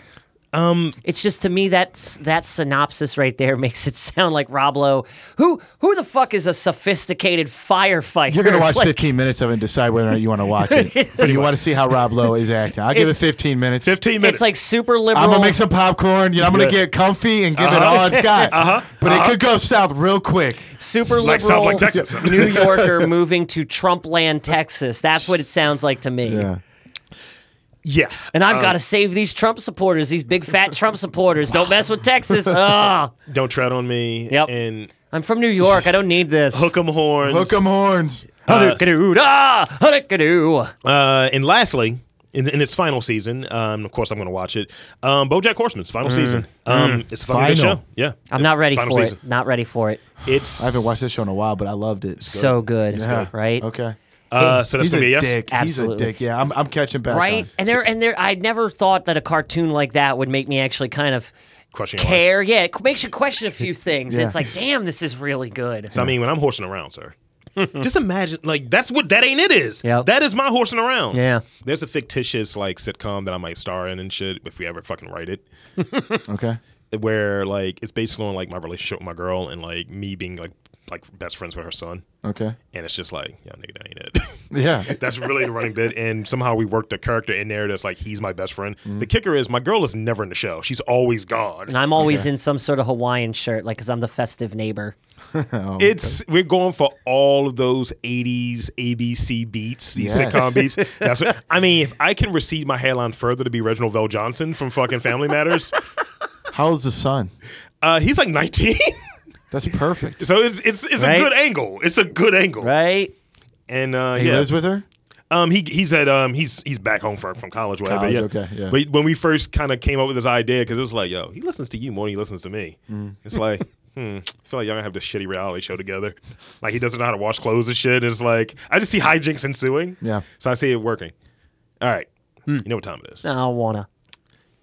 S2: Um, it's just to me that's that synopsis right there makes it sound like Rob Lowe, who who the fuck is a sophisticated firefighter?
S4: You're gonna watch
S2: Like,
S4: 15 minutes of it and decide whether or not you want to watch it. But you want to see how Rob Lowe is acting. I'll give it
S2: It's-
S4: 15 minutes.
S1: 15 minutes.
S2: It's like super liberal.
S4: I'm gonna make some popcorn. You know, I'm gonna
S1: Yeah.
S4: get comfy and give it all it's got. uh-huh. But it could go south real quick.
S2: super
S1: Like
S2: liberal
S1: South Lake, Texas.
S2: New Yorker moving to Trump land, Texas. That's what it sounds like to me.
S4: Yeah.
S1: yeah.
S2: And I've got to save these Trump supporters, these big fat Trump supporters. Don't mess with Texas. Ugh.
S1: Don't tread on me.
S2: Yep.
S1: And
S2: I'm from New York. I don't need this.
S1: hook 'em horns.
S4: Hook 'em horns.
S2: Hadouken-doo, da, hadouken-doo.
S1: Uh, and lastly, in, in its final season, um, of course I'm going to watch it. Um, BoJack Horseman's final season. Um, It's a fucking
S4: Final.
S1: good show. Yeah,
S2: Mm. I'm
S1: It's
S2: not ready
S1: final
S2: for
S1: season.
S2: it. Not ready for it.
S1: It's
S4: I haven't watched this show in a while, but I loved it.
S2: So good. Right?
S4: Okay.
S1: Uh, so that's
S4: He's a
S1: going to be a yes.
S4: dick.
S2: Absolutely.
S4: He's a dick. Yeah, I'm, I'm catching back.
S2: Right?
S4: on.
S2: And there and there I never thought that a cartoon like that would make me actually kind of
S1: Question your life.
S2: care. Yeah, it makes you question a few things.
S4: Yeah.
S2: It's like, damn, this is really good.
S1: I mean, when I'm horsing around, sir. Just imagine, like that's what that ain't it is.
S2: Yep.
S1: That is my horsing around.
S2: Yeah.
S1: There's a fictitious like sitcom that I might star in and shit if we ever fucking write it,
S4: Okay.
S1: where like it's based on like my relationship with my girl and like me being like like best friends with her son,
S4: Okay.
S1: and it's just like, yo, nigga, that ain't it.
S4: Yeah.
S1: That's really the running bit, and somehow we worked a character in there that's like he's my best friend.
S2: Mm.
S1: The kicker is my girl is never in the show; she's always gone.
S2: And I'm always in some sort of Hawaiian shirt, like, because I'm the festive neighbor.
S1: It's we're going for all of those '80s ABC beats, these
S4: Yes.
S1: sitcom beats. That's what, I mean. If I can recede my hairline further to be Reginald Vell Johnson from fucking Family Matters,
S4: How old's the son?
S1: uh, he's like 19,
S4: That's perfect.
S1: so it's it's, it's
S2: Right.
S1: a good angle. It's a good angle,
S2: Right?
S1: and uh,
S4: He
S1: yeah,
S4: lives with her.
S1: Um, he he's at um he's he's back home from, from college, whatever.
S4: College,
S1: yeah.
S4: okay, yeah.
S1: But when we first kind of came up with this idea, because it was like, yo, he listens to you more than he listens to me.
S4: Mm.
S1: It's like, hmm, I feel like y'all gonna have this shitty reality show together. Like he doesn't know how to wash clothes and shit. It's like I just see hijinks ensuing.
S4: Yeah. Hmm.
S1: So I see it working. All right. You know what time it is.
S2: I don't wanna.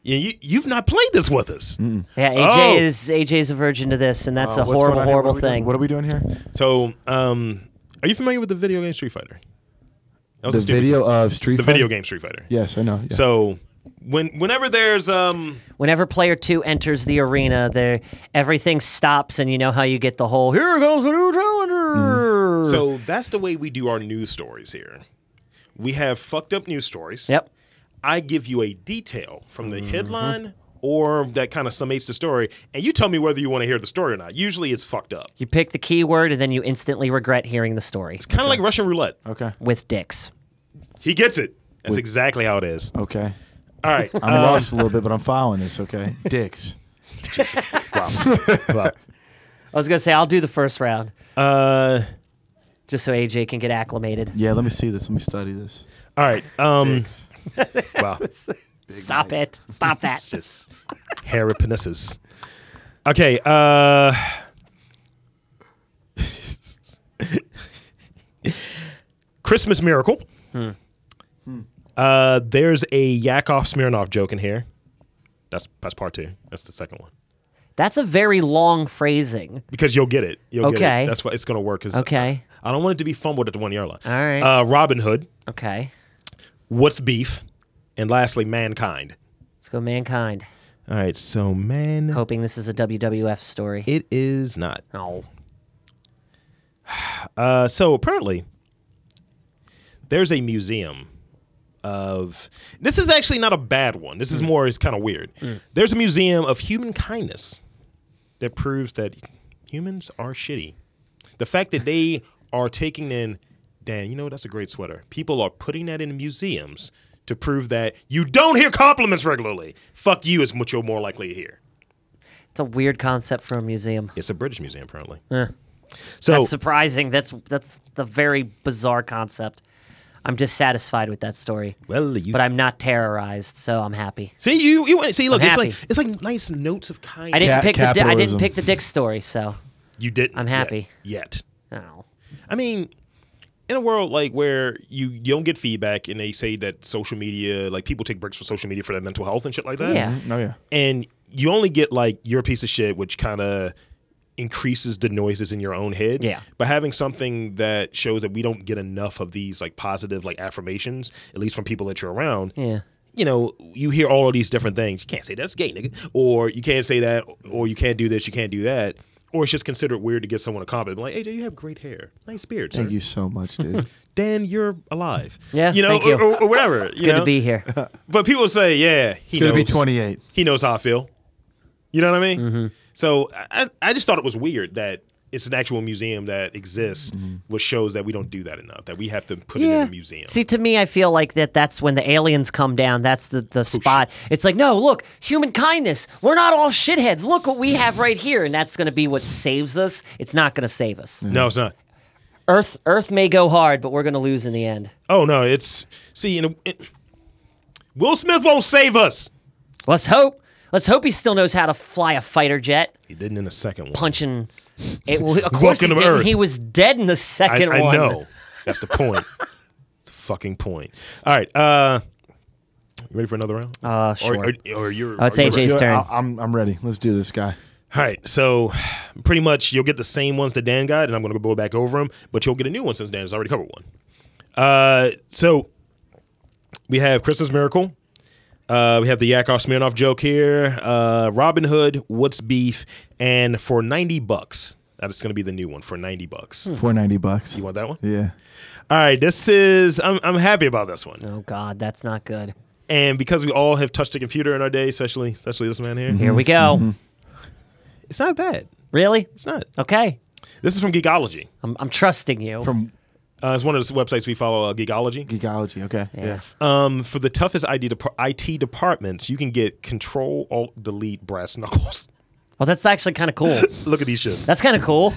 S1: Yeah, you you've not played this with us.
S2: Yeah, AJ
S1: Oh.
S2: is AJ's a virgin to this, and that's a
S4: Uh, what's going
S2: horrible,
S4: on here? What
S2: horrible
S4: are we doing-
S2: thing.
S4: What are we doing here?
S1: So, um, are you familiar with the video game Street Fighter? That was
S4: The
S1: a stupid-
S4: video of Street.
S1: The
S4: Fighter?
S1: video game Street Fighter.
S4: Yes, I know. Yeah.
S1: So when whenever there's um.
S2: Whenever player two enters the arena, there everything stops, and you know how you get the whole "Here goes the new challenger."
S1: So that's the way we do our news stories here. We have fucked up news stories.
S2: yep,
S1: I give you a detail from the headline or that kind of summates the story, and you tell me whether you want to hear the story or not. Usually it's fucked up.
S2: you pick the keyword, and then you instantly regret hearing the story
S1: Kind of like Russian roulette.
S4: okay.
S2: with dicks.
S1: He gets it. That's exactly how it is.
S4: Okay.
S1: All right.
S4: I'm lost a little bit, but I'm following this. Okay. Um, Dicks.
S2: I was gonna say I'll do the first round
S1: Uh,
S2: just so AJ can get acclimated.
S4: Yeah. Let me see this. Let me study this.
S1: all right. Um, wow.
S2: Stop it! Stop that!
S1: Just hair of penises. Okay. Uh, Christmas miracle. Uh, there's a Yakov Smirnov joke in here. That's that's part two. That's the second one.
S2: That's a very long phrasing.
S1: Because you'll get it. You'll get
S2: Okay.
S1: it. That's why it's gonna work. 'cause
S2: Okay.
S1: I, I don't want it to be fumbled at the one yard line.
S2: All right.
S1: Uh, Robin Hood.
S2: Okay.
S1: What's beef? And lastly, mankind.
S2: Let's go mankind.
S1: All right. So man,
S2: Hoping this is a WWF story.
S1: it is not.
S2: oh.
S1: Uh, so apparently, there's a museum of. This is actually not a bad one. This is more. It's kind of weird. There's a museum of human kindness that proves that humans are shitty. The fact that they are taking in, Dan, you know that's a great sweater. People are putting that in museums to prove that you don't hear compliments regularly. Fuck you is what you're more likely to hear.
S2: It's a weird concept for a museum.
S1: It's a British museum apparently.
S2: Eh.
S1: So
S2: That's surprising. That's that's the very bizarre concept. I'm dissatisfied with that story,
S1: well, you
S2: but I'm not terrorized, so I'm happy.
S1: See you. you see, look,
S2: I'm
S1: it's like
S2: happy.
S1: it's like nice notes of
S2: I
S1: kindness.
S2: didn't
S4: Cap-
S2: pick the di- I didn't
S4: capitalism.
S2: pick the dick story, so
S1: you didn't.
S2: I'm
S1: yet-
S2: happy.
S1: Yet,
S2: oh.
S1: I mean, in a world like where you, you don't get feedback, and they say that social media, like people take breaks for social media for their mental health and shit like that.
S2: Yeah.
S4: Oh yeah.
S1: And you only get like your piece of shit, which kind of increases the noises in your own head.
S2: Yeah.
S1: But having something that shows that we don't get enough of these like positive like affirmations, at least from people that you're around.
S2: Yeah.
S1: you know, you hear all of these different things. You can't say that's gay, nigga. Or you can't say that, or you can't do this, you can't do that. Or it's just considered weird to give someone a compliment. Like, AJ, you have great hair. Nice beard. Sir.
S4: Thank you so much, dude.
S1: Dan, you're alive.
S2: Yeah,
S1: You know,
S2: thank you.
S1: Or, or- or whatever.
S2: It's good to be here.
S1: But people say, yeah, he
S4: It's gonna be
S1: knows.
S4: 28.
S1: He knows how I feel. You know what I mean?
S2: Mm-hmm.
S1: So I, I just thought it was weird that it's an actual museum that exists,
S4: Mm-hmm.
S1: which shows that we don't do that enough, that we have to put it in a museum.
S2: See, to me, I feel like that that's when the aliens come down. That's the, the spot. It's like, no, look, human kindness. We're not all shitheads. Look what we have right here. And that's going to be what saves us. It's not going to save us.
S1: no, it's not.
S2: Earth Earth may go hard, but we're going to lose in the end.
S1: Oh no, it's see, you know, it, Will Smith won't save us.
S2: Let's hope. Let's hope he still knows how to fly a fighter jet.
S1: He didn't in the second one.
S2: Punching. It, well, of course, he,
S1: Welcome to
S2: didn't.
S1: Earth.
S2: he was dead in the
S1: I,
S2: second
S1: I
S2: one.
S1: know. That's the point. It's the fucking point. All right. Uh, you ready for another round?
S2: Uh, sure.
S1: Or, or, or you're.
S2: Oh, it's
S1: are you
S2: AJ's
S1: ready?
S2: His
S4: Do it.
S2: turn.
S4: I- I'm, I'm ready. Let's do this, guy.
S1: All right. So, pretty much, you'll get the same ones that Dan got, and I'm going to go back over them. But you'll get a new one since Dan's already covered one. Uh, so we have Christmas Miracle. Uh, we have the Yakov Smirnoff joke here. Uh, Robin Hood, what's beef, and for ninety bucks. That is going to be the new one for ninety bucks.
S4: 490 bucks.
S1: You want that one?
S4: Yeah.
S1: All right. This is. I'm I'm happy about this one.
S2: Oh, God, that's not good.
S1: And because we all have touched a computer in our day, especially especially this man here,
S2: Here we go.
S1: it's not bad.
S2: Really?
S1: It's not.
S2: Okay.
S1: This is from Geekology.
S2: I'm, I'm trusting you.
S4: From
S1: Uh, it's one of the websites we follow, uh, Geekology.
S4: Geekology. Okay. Yeah.
S1: Um, for the toughest ID depar- IT departments, you can get Control Alt Delete brass knuckles.
S2: Well, Oh, that's actually kind of cool.
S1: Look at these shits.
S2: That's kind of cool.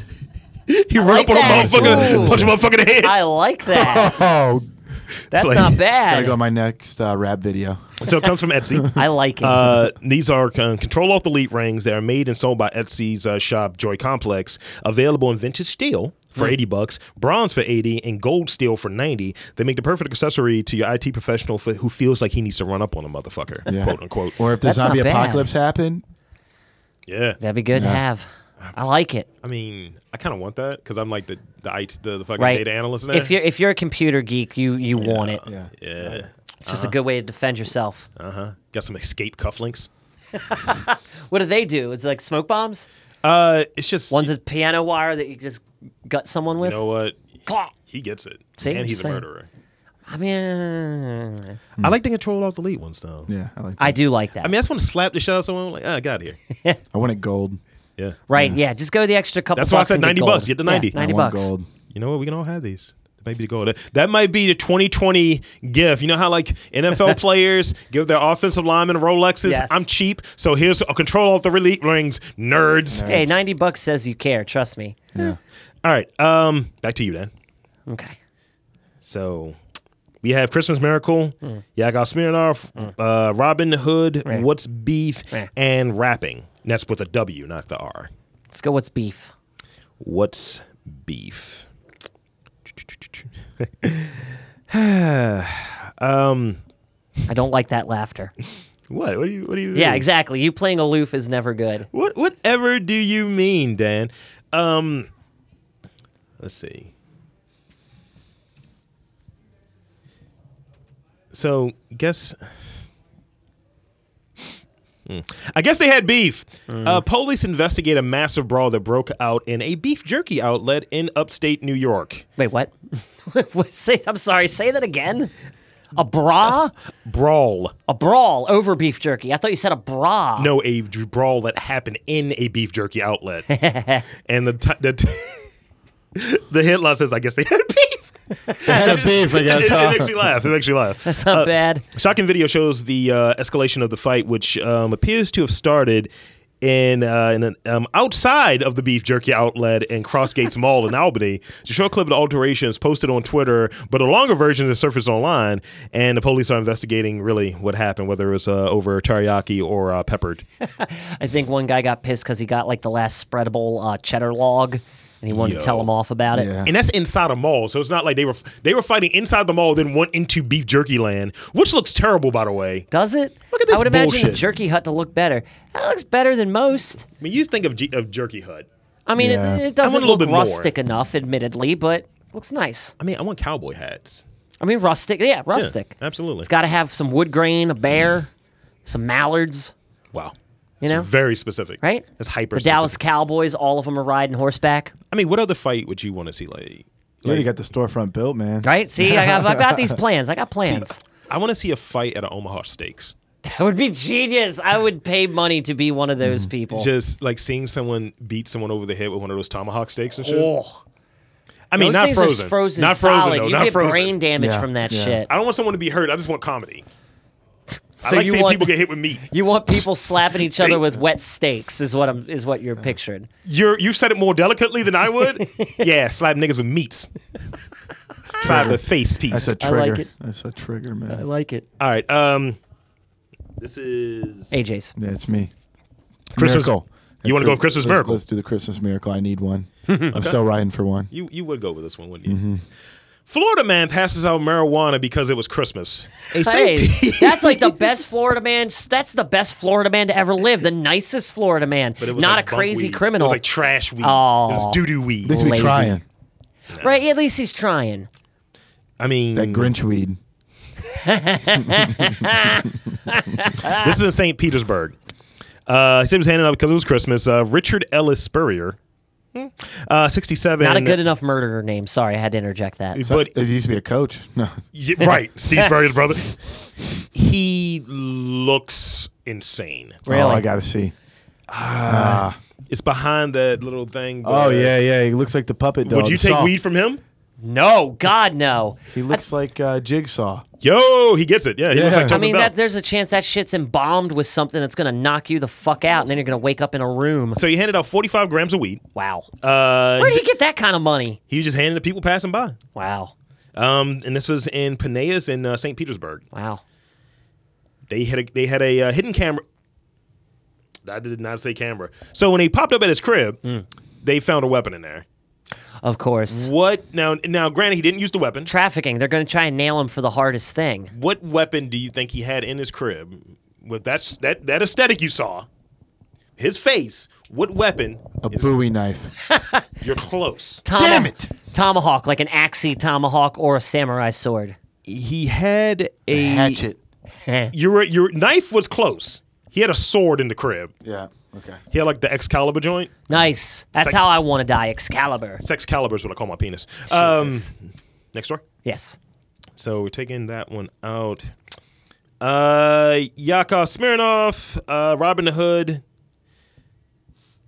S1: you run
S2: like
S1: up on
S2: that.
S1: a motherfucker,
S2: Ooh.
S1: punch a motherfucker in the head.
S2: I like that.
S4: Oh,
S2: That's
S1: like-
S2: not
S4: gotta
S2: bad.
S4: go on my next uh, rap video.
S1: so it comes from Etsy.
S2: I like it.
S1: Uh, these are uh, Control Alt Delete rings that are made and sold by Etsy's uh, shop Joy Complex. Available in vintage steel
S2: Mm.
S1: for 80 bucks, bronze for 80, and gold steel for 90. They make the perfect accessory to your IT professional for, who feels like he needs to run up on a motherfucker,
S4: Yeah.
S1: quote unquote.
S4: Or if the
S2: That's not
S4: zombie
S2: bad.
S4: apocalypse happened,
S1: yeah.
S2: That'd be good to
S4: Yeah.
S2: have. I like it.
S1: I mean, I kind of want that because I'm like the the, IT, the, the fucking
S2: Right.
S1: data analyst. Now.
S2: If you're if you're a computer geek, you you want it.
S4: yeah,
S1: yeah,
S2: It's
S1: Uh-huh.
S2: just a good way to defend yourself.
S1: uh huh. Got some escape cufflinks.
S2: What do they do? It's like smoke bombs.
S1: Uh, it's just
S2: One's a piano wire that you just gut someone
S1: you
S2: with.
S1: know what
S2: Claw.
S1: he gets it,
S2: See,
S1: and
S2: I'm
S1: he's a
S2: saying.
S1: murderer.
S2: I mean,
S1: I like the control alt delete ones though.
S4: yeah. I like. That.
S2: I do like that.
S1: I mean, I just want to slap the shit out of someone. Like, ah, got here.
S4: I want it gold.
S1: Yeah.
S2: right? Yeah. Just go the extra couple.
S1: That's why I
S2: bucks
S1: said
S2: and get
S1: 90
S2: gold.
S1: bucks. Get the
S2: Yeah,
S1: 90.
S4: I
S2: 90
S4: want
S2: bucks.
S4: gold.
S1: You know what? We can all have these. Maybe the goal. That- That might be the 2020 gift. You know how like NFL players give their offensive linemen Rolexes.
S2: Yes.
S1: I'm cheap, so here's a control alt delete rings, nerds.
S2: Hey, 90 bucks says you care. Trust me.
S4: Yeah.
S1: All right. Um, back to you, Dan.
S2: Okay.
S1: So we have Christmas Miracle, Yakov Smirnoff, uh, Robin Hood,
S2: Right.
S1: What's Beef,
S2: Right.
S1: and Rapping. And that's with a W, not the R.
S2: Let's go. What's beef?
S1: What's Beef? um,
S2: I don't like that laughter.
S1: Um, What? What do you? What do you?
S2: Yeah,
S1: do?
S2: exactly. You playing aloof is never good.
S1: What? Whatever do you mean, Dan? Um, let's see. So guess. Hmm. I guess they had beef. Uh, police investigate a massive brawl that broke out in a beef jerky outlet in upstate New York.
S2: Wait, what? What- say, I'm sorry. Say that again. A bra,
S1: Brawl.
S2: a brawl over beef jerky. I thought you said a bra.
S1: No, a d- brawl that happened in a beef jerky outlet. and the t- the, t- the headline says, "I guess they had beef."
S5: Head of beef, I guess.
S1: It, it
S5: huh?
S1: makes me laugh. It makes me laugh. Uh,
S2: That's not bad.
S1: Shocking video shows the uh, escalation of the fight, which um, appears to have started in, uh, in an, um, outside of the beef jerky outlet in Crossgates Mall in Albany. The short clip of the altercation is posted on Twitter, but a longer version has surfaced online, and the police are investigating really what happened, whether it was uh, over teriyaki or uh, peppered.
S2: I think one guy got pissed because he got like the last spreadable uh, cheddar log, and he wanted
S1: Yo.
S2: to tell him off about it.
S4: Yeah.
S1: and that's inside a mall. So it's not like they were they were fighting inside the mall, then went into beef jerky land, which looks terrible, by the way.
S2: Does it?
S1: Look at
S2: I
S1: this
S2: would imagine
S1: bullshit.
S2: the Jerky Hut to look better. That looks better than most.
S1: I mean, you think of, G- of Jerky Hut.
S2: I mean,
S4: Yeah.
S2: it, it
S1: I
S2: doesn't
S1: want a little
S2: look
S1: bit more.
S2: rustic enough, admittedly, but looks nice.
S1: I mean, I want cowboy hats.
S2: I mean, rustic. Yeah,
S1: Yeah,
S2: rustic.
S1: absolutely.
S2: It's got to have some wood grain, a bear, some mallards,
S1: wow.
S2: You know?
S1: It's very specific,
S2: right?
S1: It's hyper.
S2: The Dallas
S1: specific.
S2: Cowboys, all of them are riding horseback,
S1: I mean, what other fight would you want to see? Like,
S4: You already got the storefront built, man.
S2: right? See, I got, I got these plans. I got plans.
S1: I want to see a fight at an Omaha Steaks.
S2: That would be genius. I would pay money to be one of those people.
S1: Just like seeing someone beat someone over the head with one of those tomahawk steaks and shit.
S2: Oh,
S1: I mean,
S2: those
S1: not
S2: things
S1: frozen.
S2: are frozen
S1: not frozen
S2: solid.
S1: though.
S2: you
S1: not
S2: get
S1: frozen.
S2: brain damage
S4: Yeah,
S2: from that
S4: yeah.
S2: shit.
S1: I don't want someone to be hurt. I just want comedy.
S2: So
S1: I like
S2: you
S1: seeing
S2: want-
S1: people get hit with meat.
S2: You want people slapping each
S1: See?
S2: other with wet steaks is what I'm is what you're picturing.
S1: You're you said it more delicately than I would. yeah, slap niggas with meats. Slap the face piece.
S4: That's a
S2: I like
S4: trigger.
S2: it.
S4: That's a trigger, man.
S2: like it.
S1: All right. Um, this is
S2: AJ's.
S4: yeah, it's me.
S1: Christmas.
S4: Miracle.
S1: You want to go with Christmas
S4: Let's-
S1: miracle?
S4: Let's do the Christmas miracle. I need one. I'm still riding for one.
S1: You you would go with this one, wouldn't you?
S4: Mm-hmm.
S1: Florida man passes out marijuana because it was Christmas. A
S2: Hey,
S1: St. Pete-
S2: that's like the best Florida man. That's the best Florida man to ever live. The nicest Florida man.
S1: But it was
S2: Not
S1: like
S2: a
S1: bunk
S2: crazy
S1: weed.
S2: criminal.
S1: It was like trash weed.
S2: Aw.
S1: It was doo doo
S4: At
S1: weed.
S4: least we
S2: Lazy.
S4: trying.
S2: right? At least he's trying.
S1: I mean,
S4: That Grinch weed.
S2: Ah.
S1: this is in St. Petersburg. Uh, he said he was handing out because it was Christmas. Uh, Richard Ellis Spurrier, hmm, uh, sixty-seven.
S2: Not a good enough murderer name. Sorry, I had to interject that.
S4: So
S1: but
S4: it used to be a coach. No,
S1: Yeah, right, Steve Spurrier's brother. He looks insane.
S2: Really?
S4: Oh, I gotta see.
S1: It's behind that little thing. but-
S4: Oh yeah, yeah. He looks like the puppet dog.
S1: Would you
S4: The
S1: take
S4: saw.
S1: weed from him?
S2: no, God, no.
S4: He looks like uh, Jigsaw.
S1: Yo, he gets it. Yeah, he looks
S4: Yeah.
S1: like
S2: I
S1: Tobin
S2: mean,
S1: Bell.
S2: that there's a chance that shit's embalmed with something that's gonna knock you the fuck out, and then you're gonna wake up in a room.
S1: so he handed out 45 grams of weed.
S2: Wow.
S1: Uh,
S2: Where did he get that kind of money?
S1: he was just handing to people passing by.
S2: Wow.
S1: Um, and this was in Peneus in uh, St. Petersburg.
S2: Wow.
S1: They had a, they had a uh, hidden camera. I did not say camera. So when he popped up at his crib, they found a weapon in there.
S2: Of course.
S1: What now? Now, granted, he didn't use the weapon.
S2: Trafficking. They're going to try and nail him for the hardest thing.
S1: What weapon do you think he had in his crib? With that that that aesthetic you saw, his face. What weapon?
S4: A Bowie knife.
S1: You're close.
S2: Tomo-
S4: Damn it!
S2: Tomahawk, like an axe tomahawk or a samurai sword.
S1: He had a
S5: Hatchet.
S1: Your your knife was close. He had a sword in the crib.
S4: Yeah. Okay.
S1: He had like the Excalibur joint.
S2: Nice. That's
S1: Sec-
S2: how I want to die. Excalibur.
S1: Sexcalibur is what I call my penis. Um,
S2: Jesus.
S1: next door.
S2: Yes.
S1: So we're taking that one out. Uh, Yakov Smirnoff, uh, Robin Hood,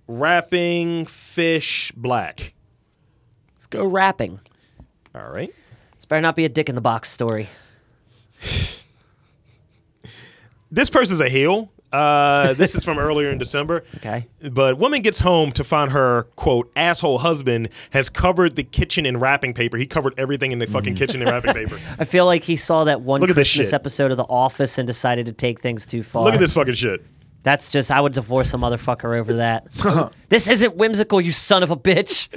S1: rapping fish black.
S2: Let's go rapping.
S1: All right.
S2: This better not be a dick in the box story.
S1: This person's a heel. Uh, this is from earlier in December.
S2: Okay.
S1: But woman gets home to find her quote asshole husband has covered the kitchen in wrapping paper. He covered everything in the fucking kitchen in wrapping paper.
S2: I feel like he saw that one
S1: Look at this
S2: Christmas
S1: shit.
S2: episode of The Office and decided to take things too far.
S1: Look at this fucking shit.
S2: That's just, I would divorce a motherfucker over that.
S1: Uh-huh.
S2: this isn't whimsical, you son of a bitch.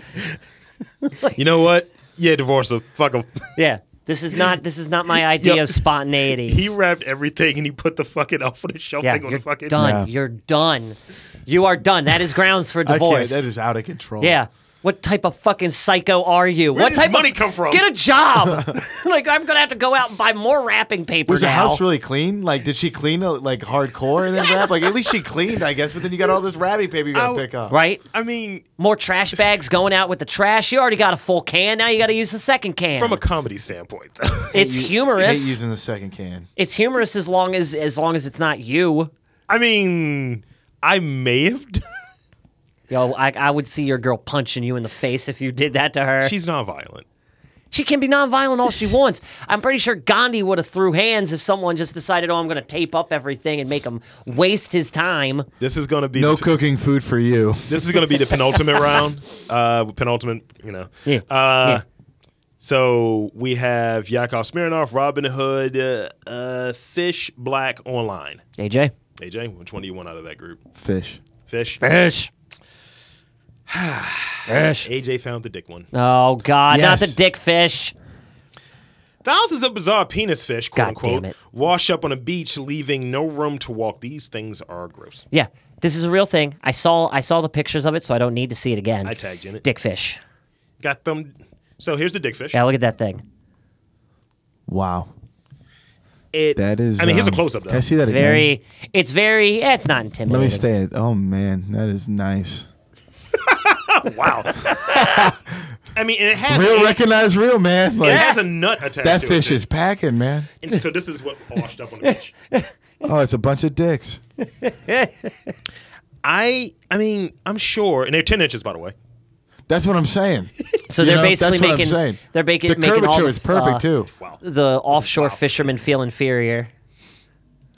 S1: You know what? Yeah, divorce him. Fuck him.
S2: Yeah. This is not this is not my idea
S1: Yep.
S2: of spontaneity.
S1: He wrapped everything and he put the fucking elf on the shelf
S2: yeah,
S1: thing on
S2: you're
S1: the fucking.
S2: done.
S4: Yeah.
S2: You're done. You are done. That is grounds for
S4: I can't.
S2: divorce.
S4: That is out of control.
S2: yeah. What type of fucking psycho are you? what
S1: does
S2: type
S1: money
S2: of
S1: come from?
S2: Get a job. like I'm gonna have to go out and buy more wrapping paper
S4: Was
S2: now.
S4: the house really clean? Like, did she clean uh, like hardcore and then wrap? Like, at least she cleaned, I guess. But then you got all this rabbit paper you gotta
S1: Ow.
S4: pick up.
S2: right?
S1: I mean,
S2: More trash bags going out with the trash. You already got a full can. Now you got to use the second can.
S1: from a comedy standpoint, though.
S2: it's
S4: I hate
S2: humorous.
S4: using the second can.
S2: it's humorous as long as as long as it's not you.
S1: I mean, I may have. Done,
S2: Yo, I, I would see your girl punching you in the face if you did that to her.
S1: she's nonviolent.
S2: She can be nonviolent all she wants. I'm pretty sure Gandhi would have threw hands if someone just decided, oh, I'm going to tape up everything and make him waste his time.
S1: This is gonna be
S4: No
S1: the-
S4: cooking food for you.
S1: this is gonna be the penultimate round. Uh, penultimate, you know.
S2: Yeah.
S1: Uh,
S2: Yeah.
S1: So we have Yakov Smirnoff, Robin Hood, uh, uh, Fish, Black online.
S2: AJ?
S1: AJ, which one do you want out of that group?
S4: Fish.
S1: Fish.
S2: Fish. fish.
S1: AJ found the dick one.
S2: Oh, God. Not the
S4: Yes.
S2: dick fish.
S1: Thousands of bizarre penis fish, quote
S2: God
S1: unquote,
S2: damn it.
S1: wash up on a beach, leaving no room to walk. These things are gross.
S2: Yeah. This is a real thing. I saw I saw the pictures of it, so I don't need to see it again.
S1: I tagged you in it.
S2: Dick fish.
S1: Got them. So here's the dick fish.
S2: Yeah, look at that thing.
S4: Wow.
S1: It,
S4: That is.
S1: I mean, here's a
S4: um,
S1: close up
S4: Can I
S1: though.
S4: see that
S2: It's
S4: again?
S2: very, it's very, eh, it's not intimidating.
S4: Let me stay at. Oh man, that is nice.
S1: Wow. I mean, and it has
S4: Real
S1: a,
S4: recognize real man. Like
S1: it has a nut attached.
S4: that
S1: to
S4: fish
S1: it,
S4: is packing, man.
S1: too. And so this is what washed up on the beach.
S4: Oh, it's a bunch of dicks.
S1: I, I mean, I'm sure, and they're ten inches, by the way.
S4: That's what I'm saying.
S2: So
S4: You
S2: they're
S4: know,
S2: basically
S4: that's what I'm
S2: making,
S4: saying.
S2: they're making,
S4: The
S2: making all
S4: curvature
S2: the,
S4: is perfect
S2: uh,
S4: too.
S1: Wow.
S2: The offshore fishermen feel inferior.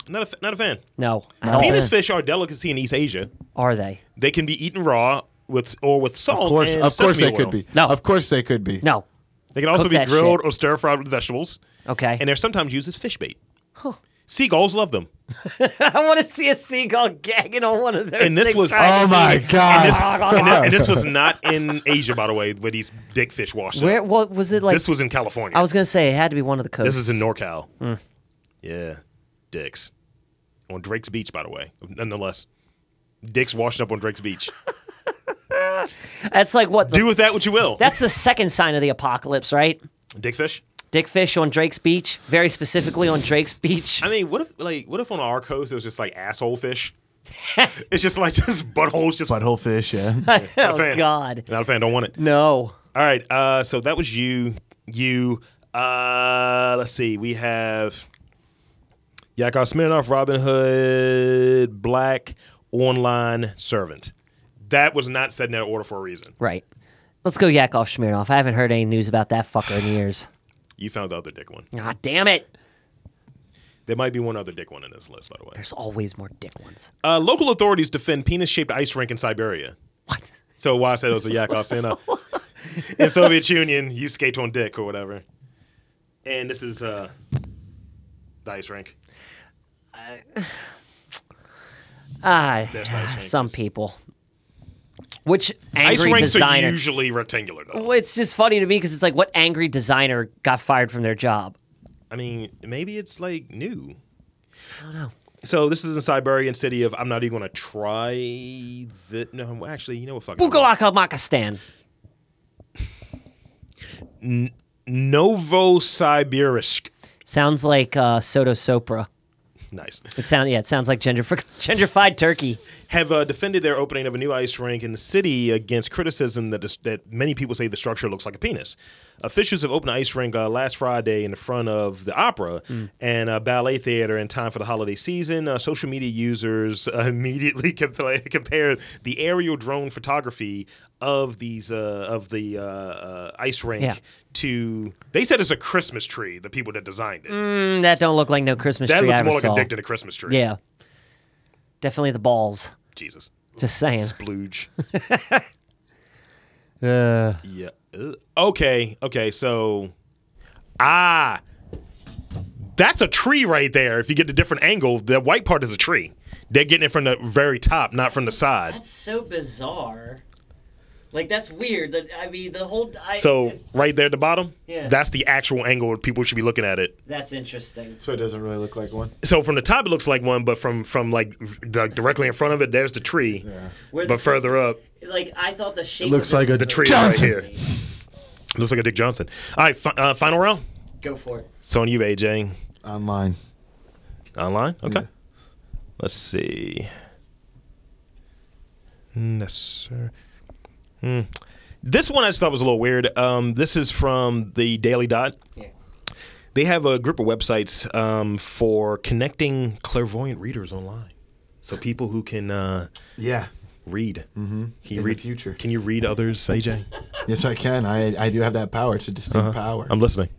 S1: Not a, f- not a fan.
S2: No, I
S4: No.
S2: don't
S1: Penis
S2: think-
S1: fish are a delicacy in East Asia.
S2: Are they?
S1: They can be eaten raw with or with salt.
S4: Of course,
S1: and
S4: of course
S1: sesame
S4: they could
S1: oil.
S4: be.
S2: No.
S4: of course they could be.
S2: No.
S1: They can also
S2: Cook
S1: be
S2: that
S1: grilled
S2: shit.
S1: or stir fried with vegetables,
S2: Okay.
S1: and they're sometimes used as fish bait. Seagulls love them.
S2: I want to see a seagull gagging on one of those.
S1: And this
S2: things.
S1: was-
S4: Oh my god.
S1: This- and, thi- and this was not in Asia, by the way, where these dick fish washed up.
S2: Where? What was it like?
S1: this was in California.
S2: I was Mm. gonna say it had to be one of the coasts.
S1: this is in NorCal. Yeah, dicks on Drake's Beach, by the way. Nonetheless, dicks washing up on Drake's Beach.
S2: That's like what? The,
S1: Do with that what you will.
S2: that's the second sign of the apocalypse, right?
S1: dick fish.
S2: Dickfish on Drake's Beach, very specifically on Drake's Beach.
S1: I mean, what if like what if on our coast it was just like asshole fish? it's just like just buttholes, just
S4: Butthole fish. Yeah.
S1: not a
S2: oh
S1: fan.
S2: God,
S1: Not a fan. Don't want it.
S2: no.
S1: All right. Uh, so that was you. You. Uh, let's see. We have Yakov Smirnoff, Robin Hood, Black Online Servant. That was not said in that order for a reason.
S2: Right. Let's go Yakov Smirnoff. I haven't heard any news about that fucker in years.
S1: You found the other dick one.
S2: God damn it.
S1: There might be one other dick one in this list, by the way.
S2: There's always more dick ones.
S1: Uh, local authorities defend penis-shaped ice rink in Siberia.
S2: What?
S1: So why I said it was a Yakov Smirnoff. in Soviet Union, you skate on dick or whatever. And this is uh, the ice rink.
S2: Ah,
S1: There's ice rink.
S2: some people. Which
S1: Ice
S2: angry
S1: rinks
S2: designer?
S1: are usually rectangular, though.
S2: Well, it's just funny to me because it's like, what angry designer got fired from their job?
S1: I mean, maybe it's like new. I don't know. So this is in Siberian city of I'm not even gonna try the no actually you know what fucking
S2: Bukalaka Makistan.
S1: Novosibirsk.
S2: Sounds like uh, Soto Sopra.
S1: Nice.
S2: It sound yeah, it sounds like gender genderfied turkey.
S1: Have uh, defended their opening of a new ice rink in the city against criticism that is, that many people say the structure looks like a penis. Officials have opened an ice rink uh, last Friday in the front of the opera
S2: Hmm.
S1: and uh, ballet theater in time for the holiday season. Uh, social media users uh, immediately compa- compare the aerial drone photography of these uh, of the uh, uh, ice rink
S2: Yeah.
S1: to they said it's a Christmas tree. The people that designed it
S2: Mm, that don't look like no Christmas
S1: that
S2: tree I
S1: looks
S2: ever
S1: more like
S2: saw.
S1: a dick than a Christmas tree.
S2: yeah, definitely the balls.
S1: Jesus,
S2: Just saying.
S1: splooge.
S2: Uh,
S1: Yeah. Ugh. Okay. Okay. So, ah, that's a tree right there. If you get the different angle, the white part is a tree. They're getting it from the very top, not from the side.
S2: That's so bizarre. Like that's weird. That I mean, the whole. I,
S1: So right there at the bottom,
S2: Yeah.
S1: that's the actual angle people should be looking at it.
S2: that's interesting.
S4: So it doesn't really look like one.
S1: So from the top, it looks like one, but from from like the, directly in front of it, there's the tree.
S2: Where the-
S1: But further up,
S2: like I thought the shape.
S4: looks
S2: of
S4: like
S2: was
S4: a-
S1: the
S2: really-
S1: tree
S4: Johnson.
S1: is right here. Looks like a Dick Johnson. All right, fi- uh, final round.
S2: Go for it.
S1: It's on you, AJ.
S4: Online.
S1: Online? Okay.
S4: Yeah.
S1: Let's see. Yes, sir. Hmm. This one I just thought was a little weird. Um, this is from the Daily Dot.
S2: Yeah.
S1: They have a group of websites um, for connecting clairvoyant readers online. So people who can uh,
S4: Yeah.
S1: read. Mm-hmm. Can you
S4: In the
S1: read
S4: future.
S1: Can you read others, AJ?
S4: Yes, I can. I I do have that power. It's a distinct
S1: Uh-huh.
S4: power.
S1: I'm listening.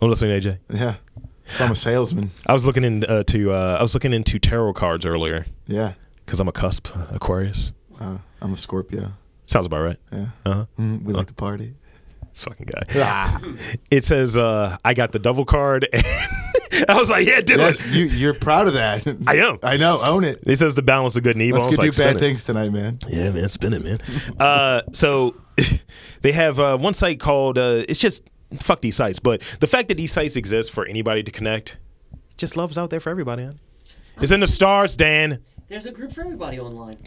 S1: I'm listening, AJ.
S4: yeah. So I'm a salesman.
S1: I was looking into uh, to, uh, I was looking into tarot cards earlier
S4: Yeah.
S1: because I'm a cusp Aquarius.
S4: Uh, I'm a Scorpio.
S1: Sounds about right.
S4: Yeah.
S1: Uh-huh.
S4: Mm, we like to party.
S1: This fucking guy. It says, uh, I got the double card. And I was like, yeah, do
S4: Yes,
S1: it.
S4: you you're proud of that.
S1: I am.
S4: I know. Own it.
S1: It says the balance of good and evil.
S4: Let's
S1: I
S4: go
S1: was
S4: do
S1: like, spin
S4: bad
S1: it.
S4: things tonight, man.
S1: Yeah, man, spin it, man. uh, so they have uh, one site called, uh, it's just, fuck these sites. But the fact that these sites exist for anybody to connect, just love's out there for everybody. Man. It's in the stars, Dan.
S2: There's a group for everybody online.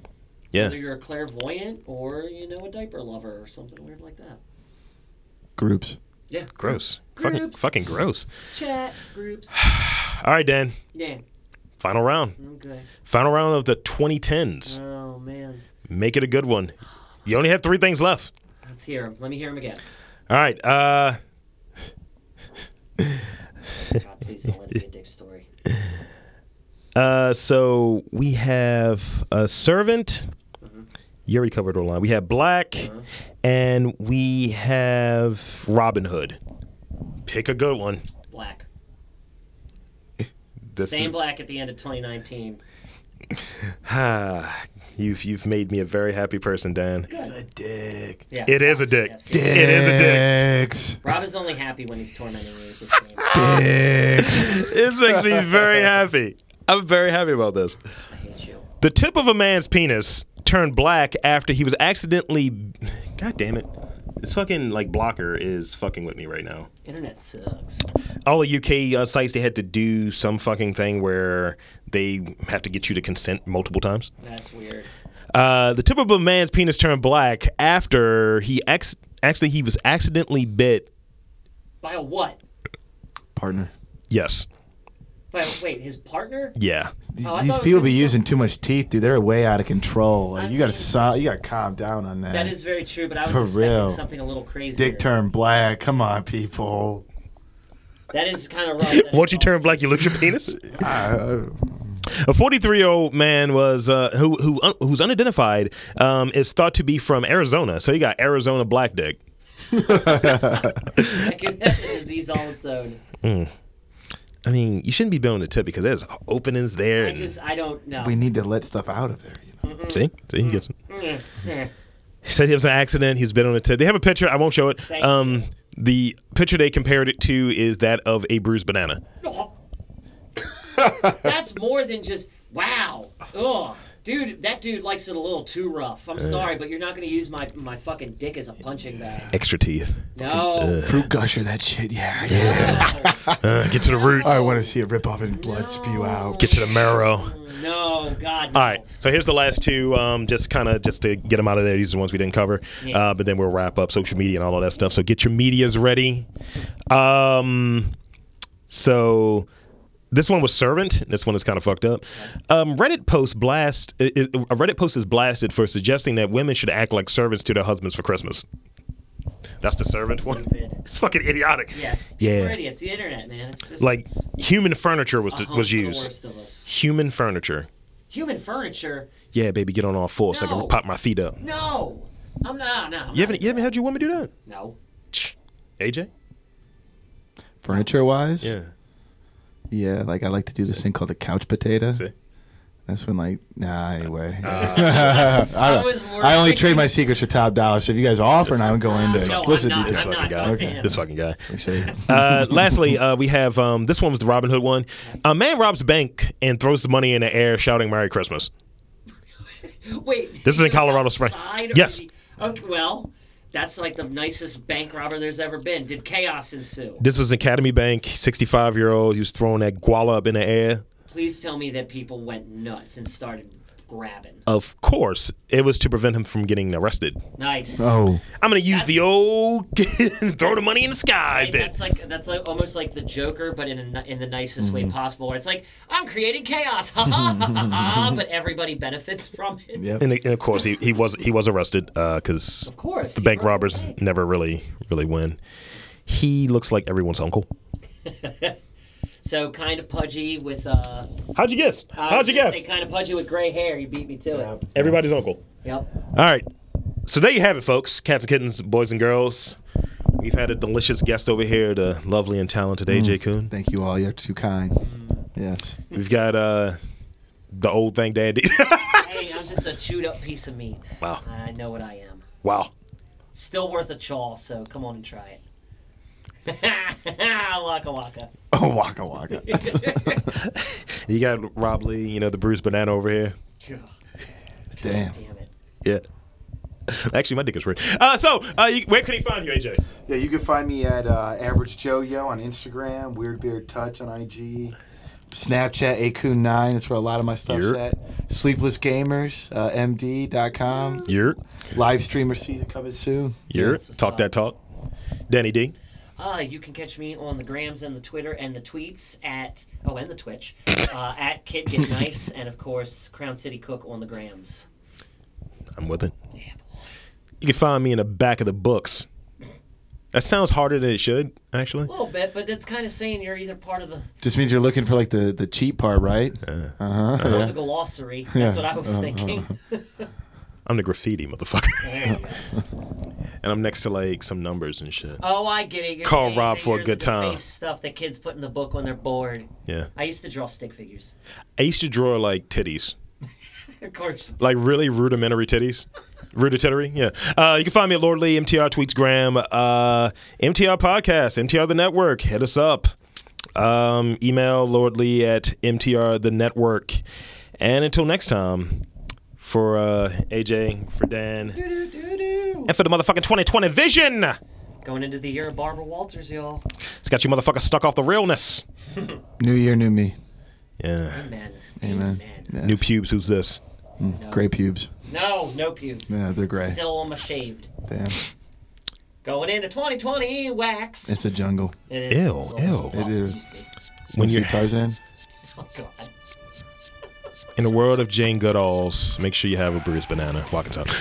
S1: Yeah.
S2: Whether you're a clairvoyant or you know a diaper lover or something weird like that.
S4: Groups.
S2: Yeah.
S1: Gross. Fucking,
S2: Groups.
S1: fucking gross.
S2: Chat groups.
S1: All right, Dan.
S2: Yeah.
S1: Final round.
S2: Okay.
S1: Final round of the 2010s.
S2: Oh man.
S1: Make it a good one. You only have three things left.
S2: Let's hear him. Let me hear him again.
S1: All right. Uh,
S2: God, please don't let it be a dick story.
S1: uh, so we have a servant. You already covered online. We have Black, and we have Robin Hood. Pick a good one.
S2: Black.
S1: This
S2: Same
S1: is-
S2: black at the end of 2019.
S1: Ah, you've you've made me a very happy person, Dan.
S4: It's a dick.
S2: Yeah.
S1: It is a dick.
S2: Yes,
S1: Dick.
S2: yes.
S1: It is a dick.
S4: Dicks.
S2: Rob is only happy when he's tormenting me with this game.
S4: Dicks.
S1: This makes me very happy. I'm very happy about this.
S2: I hate you.
S1: The tip of a man's penis turned black after he was accidentally. God damn it. This fucking like blocker is fucking with me right now.
S2: Internet sucks.
S1: All the UK uh, sites they had to do some fucking thing where they have to get you to consent multiple times.
S2: That's weird.
S1: Uh, the tip of a man's penis turned black after he ex- actually he was accidentally bit.
S2: By a what?
S4: Partner.
S1: Yes.
S2: By wait, his partner?
S1: Yeah.
S4: These,
S2: Oh, I
S4: these
S2: thought it was
S4: people
S2: gonna
S4: be
S2: be
S4: using too much teeth, dude. They're way out of control. Like,
S2: I
S4: you gotta
S2: mean-
S4: so, you gotta calm down on that.
S2: That is very true, but I was
S4: For
S2: expecting
S4: real.
S2: something a little crazy.
S4: dick turned black. Come on, people.
S2: That is kind of rough.
S1: Once you turn black, you lose your penis.
S4: Uh,
S1: A 43 year old man was uh, who who who's unidentified um, is thought to be from Arizona. So you got Arizona black dick.
S2: That could have a disease all its own.
S1: I mean, you shouldn't be building a tip because there's openings there.
S2: I
S1: And,
S2: just, mm. I don't know.
S4: we need to let stuff out of there. You know.
S1: see, see, he gets.
S2: Eh, eh.
S1: He said it was an accident. He's been on a tip. They have a picture. I won't show it.
S2: Thank
S1: Um, the picture they compared it to is that of a bruised banana.
S2: Oh. That's more than just wow. Ugh. Dude, that dude likes it a little too rough. I'm sorry, but you're not gonna use my, my fucking dick as a punching bag.
S1: Extra teeth.
S2: No.
S4: Fruit gusher, that shit. Yeah, yeah.
S1: Uh, get to the root.
S4: I want to see it rip off and blood spew out.
S1: Get to the marrow.
S2: No, God. No.
S1: All right, so here's the last two, um, just kind of just to get them out of there. These are the ones we didn't cover,
S2: Yeah.
S1: uh, but then we'll wrap up social media and all of that stuff. So get your medias ready. Um, so this one was servant. This one is kind of fucked up. Um, Reddit post blast. i- i- A Reddit post is blasted for suggesting that women should act like servants to their husbands for Christmas. That's the servant one.
S2: Stupid.
S1: It's fucking idiotic.
S2: Yeah.
S1: Yeah.
S2: We're idiots. The internet, man. It's just
S1: Like
S2: it's
S1: human furniture was
S2: a home
S1: was
S2: for the
S1: used.
S2: worst Uh-huh, of us.
S1: Human furniture.
S2: Human furniture?
S1: Yeah, baby, get on all fours so I
S2: No.
S1: can pop my feet up.
S2: No. I'm not. No. I'm
S1: You
S2: not
S1: haven't, you haven't
S2: into
S1: had your woman do that?
S2: that. No.
S1: AJ?
S4: Furniture wise, yeah. Like I like to do this thing called the couch potato.
S1: See?
S4: That's when like nah. Anyway,
S2: I,
S4: I,
S2: was more
S4: I only
S2: thinking-
S4: trade my secrets for top dollar. So if you guys are offering, I'm going into
S2: No, I'm
S4: explicit
S2: not.
S4: detail.
S1: This
S2: I'm
S1: fucking
S2: not.
S1: guy.
S2: Goddamn.
S4: Okay.
S1: This fucking guy.
S4: Let me show you.
S1: Uh, lastly, uh, we have um, this one was the Robin Hood one. A man robs bank and throws the money in the air, shouting "Merry Christmas."
S2: Wait.
S1: This is
S2: you
S1: in
S2: do it
S1: Colorado Springs.
S2: outside or
S1: Yes.
S2: you- Okay, well, that's like the nicest bank robber there's ever been. Did chaos ensue?
S1: This was Academy Bank, 65 year old. He was throwing that guala up in the air.
S2: Please tell me that people went nuts and started grabbing.
S1: Of course, it was to prevent him from getting arrested.
S2: Nice.
S4: Oh,
S1: I'm going to use the old throw the money in the sky
S2: Hey,
S1: bit.
S2: that's like that's like almost like the Joker, but in a, ni- in the nicest
S1: Mm-hmm.
S2: way possible. Where it's like I'm creating chaos, ha ha ha ha, ha, but everybody benefits from it.
S4: Yep.
S1: And, and of course, he, he was he was arrested uh, because
S2: Of course, he
S1: bank
S2: robbed a
S1: robbers
S2: bank.
S1: never really really win. He looks like everyone's uncle.
S2: So kind of pudgy with uh.
S1: How'd you guess? How'd you guess?
S2: Kind of pudgy with gray hair. You beat me to it.
S1: Everybody's uncle.
S2: Yep.
S1: All right. So there you have it, folks. Cats and kittens, boys and girls. We've had a delicious guest over here, the lovely and talented AJ Kuhn.
S4: thank you all. You're too kind. Yes.
S1: We've got uh the old thing dandy.
S2: Hey, I'm just a chewed up piece of meat.
S1: wow.
S2: I know what I am.
S1: Wow.
S2: Still worth a chaw, so come on and try it. waka waka.
S4: Oh, waka waka.
S1: You got Rob Lee, you know, the Bruce Banana over here.
S4: Damn.
S2: Damn it.
S1: Yeah. Actually, my dick is red. Uh, so, uh, you, where can he find you, AJ?
S3: Yeah, you can find me at uh, Average Joe Yo on Instagram, Weird Beard Touch on IG, Snapchat, Acoon9. That's where a lot of my stuff's
S1: Yep.
S3: at. Sleepless Gamers, uh, MD.com.
S1: You're,
S3: Live streamer season coming soon.
S1: you're,
S2: That's what's
S1: talk that talk. Danny D.
S2: Uh, you can catch me on the grams and the Twitter and the tweets at oh and the Twitch uh, at Kid Get Nice and of course Crown City Cook on the grams.
S1: I'm with it. You can find me in the back of the books. That sounds harder than it should, actually.
S2: A little bit, but that's kind of saying you're either part of the,
S4: Just means you're looking for like the the cheap part, right? Uh huh.
S1: Uh-huh.
S2: or the glossary. That's what I
S1: Uh,
S2: was thinking.
S1: I'm the graffiti motherfucker.
S2: There you go.
S1: and I'm next to like some numbers and shit.
S2: Oh, I get it. You're
S1: Call
S2: saying
S1: Rob
S2: that
S1: for a
S2: you're
S1: good
S2: the
S1: time.
S2: face Stuff that kids put in the book when they're bored.
S1: Yeah.
S2: I used to draw stick figures.
S1: I used to draw like titties.
S2: Of course.
S1: like really rudimentary titties. Rudimentary, yeah. Uh, you can find me at Lord Lee, MTR Tweets Graham, uh, MTR Podcast, MTR The Network. Hit us up. Um, email Lord Lee at MTR The Network. And until next time, for uh, AJ, for Dan, and for the motherfucking 2020 vision, it's
S2: Going into the year of Barbara Walters, y'all.
S1: got you motherfuckers stuck off the realness.
S4: New year, new me.
S1: Yeah.
S2: Amen.
S4: Amen. Yes.
S1: New pubes, who's this?
S2: No.
S4: Gray pubes.
S2: No, no pubes.
S4: Yeah, they're gray.
S2: Still on my shaved.
S4: Damn.
S2: Going into 2020 wax.
S4: It's a jungle.
S2: It is.
S1: Ew,
S2: It's almost
S1: ew.
S4: It is.
S2: Tuesday.
S1: When
S4: you
S1: you're
S4: see Tarzan.
S2: Oh, God.
S1: in the world of Jane Goodall's, make sure you have a bruised banana. Walking time.